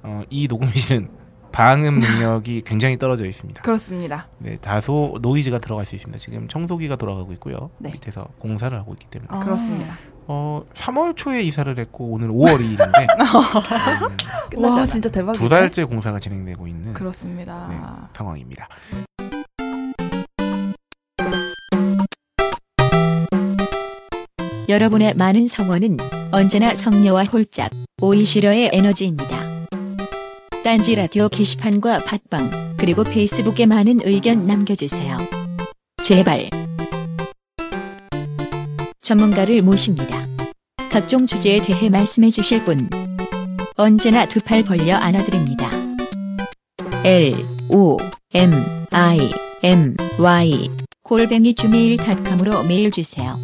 어, 이 녹음실은 방음 능력이 굉장히 떨어져 있습니다
그렇습니다.
네, 다소 노이즈가 들어갈 수 있습니다 지금 청소기가 돌아가고 있고요
네. 아,
밑에서 공사를 하고 있기 때문에
그렇습니다.
어 3월 초에 이사를 했고 오늘
[LAUGHS] 아,
5월이인데
끝나지
와
않아.
진짜 대박이다.
두 달째 공사가 진행되고 있는
그렇습니다.
네, 상황입니다.
여러분의 많은 성원은 언제나 성녀와 홀짝 오이시러의 에너지입니다. 딴지 라디오 게시판과 팟빵 그리고 페이스북에 많은 의견 남겨주세요.
제발. 전문가를 모십니다. 각종 주제에 대해 말씀해 주실 분. 언제나 두 팔 벌려 안아드립니다. L O M I M Y 골뱅이 주메일닷컴으로 메일 주세요.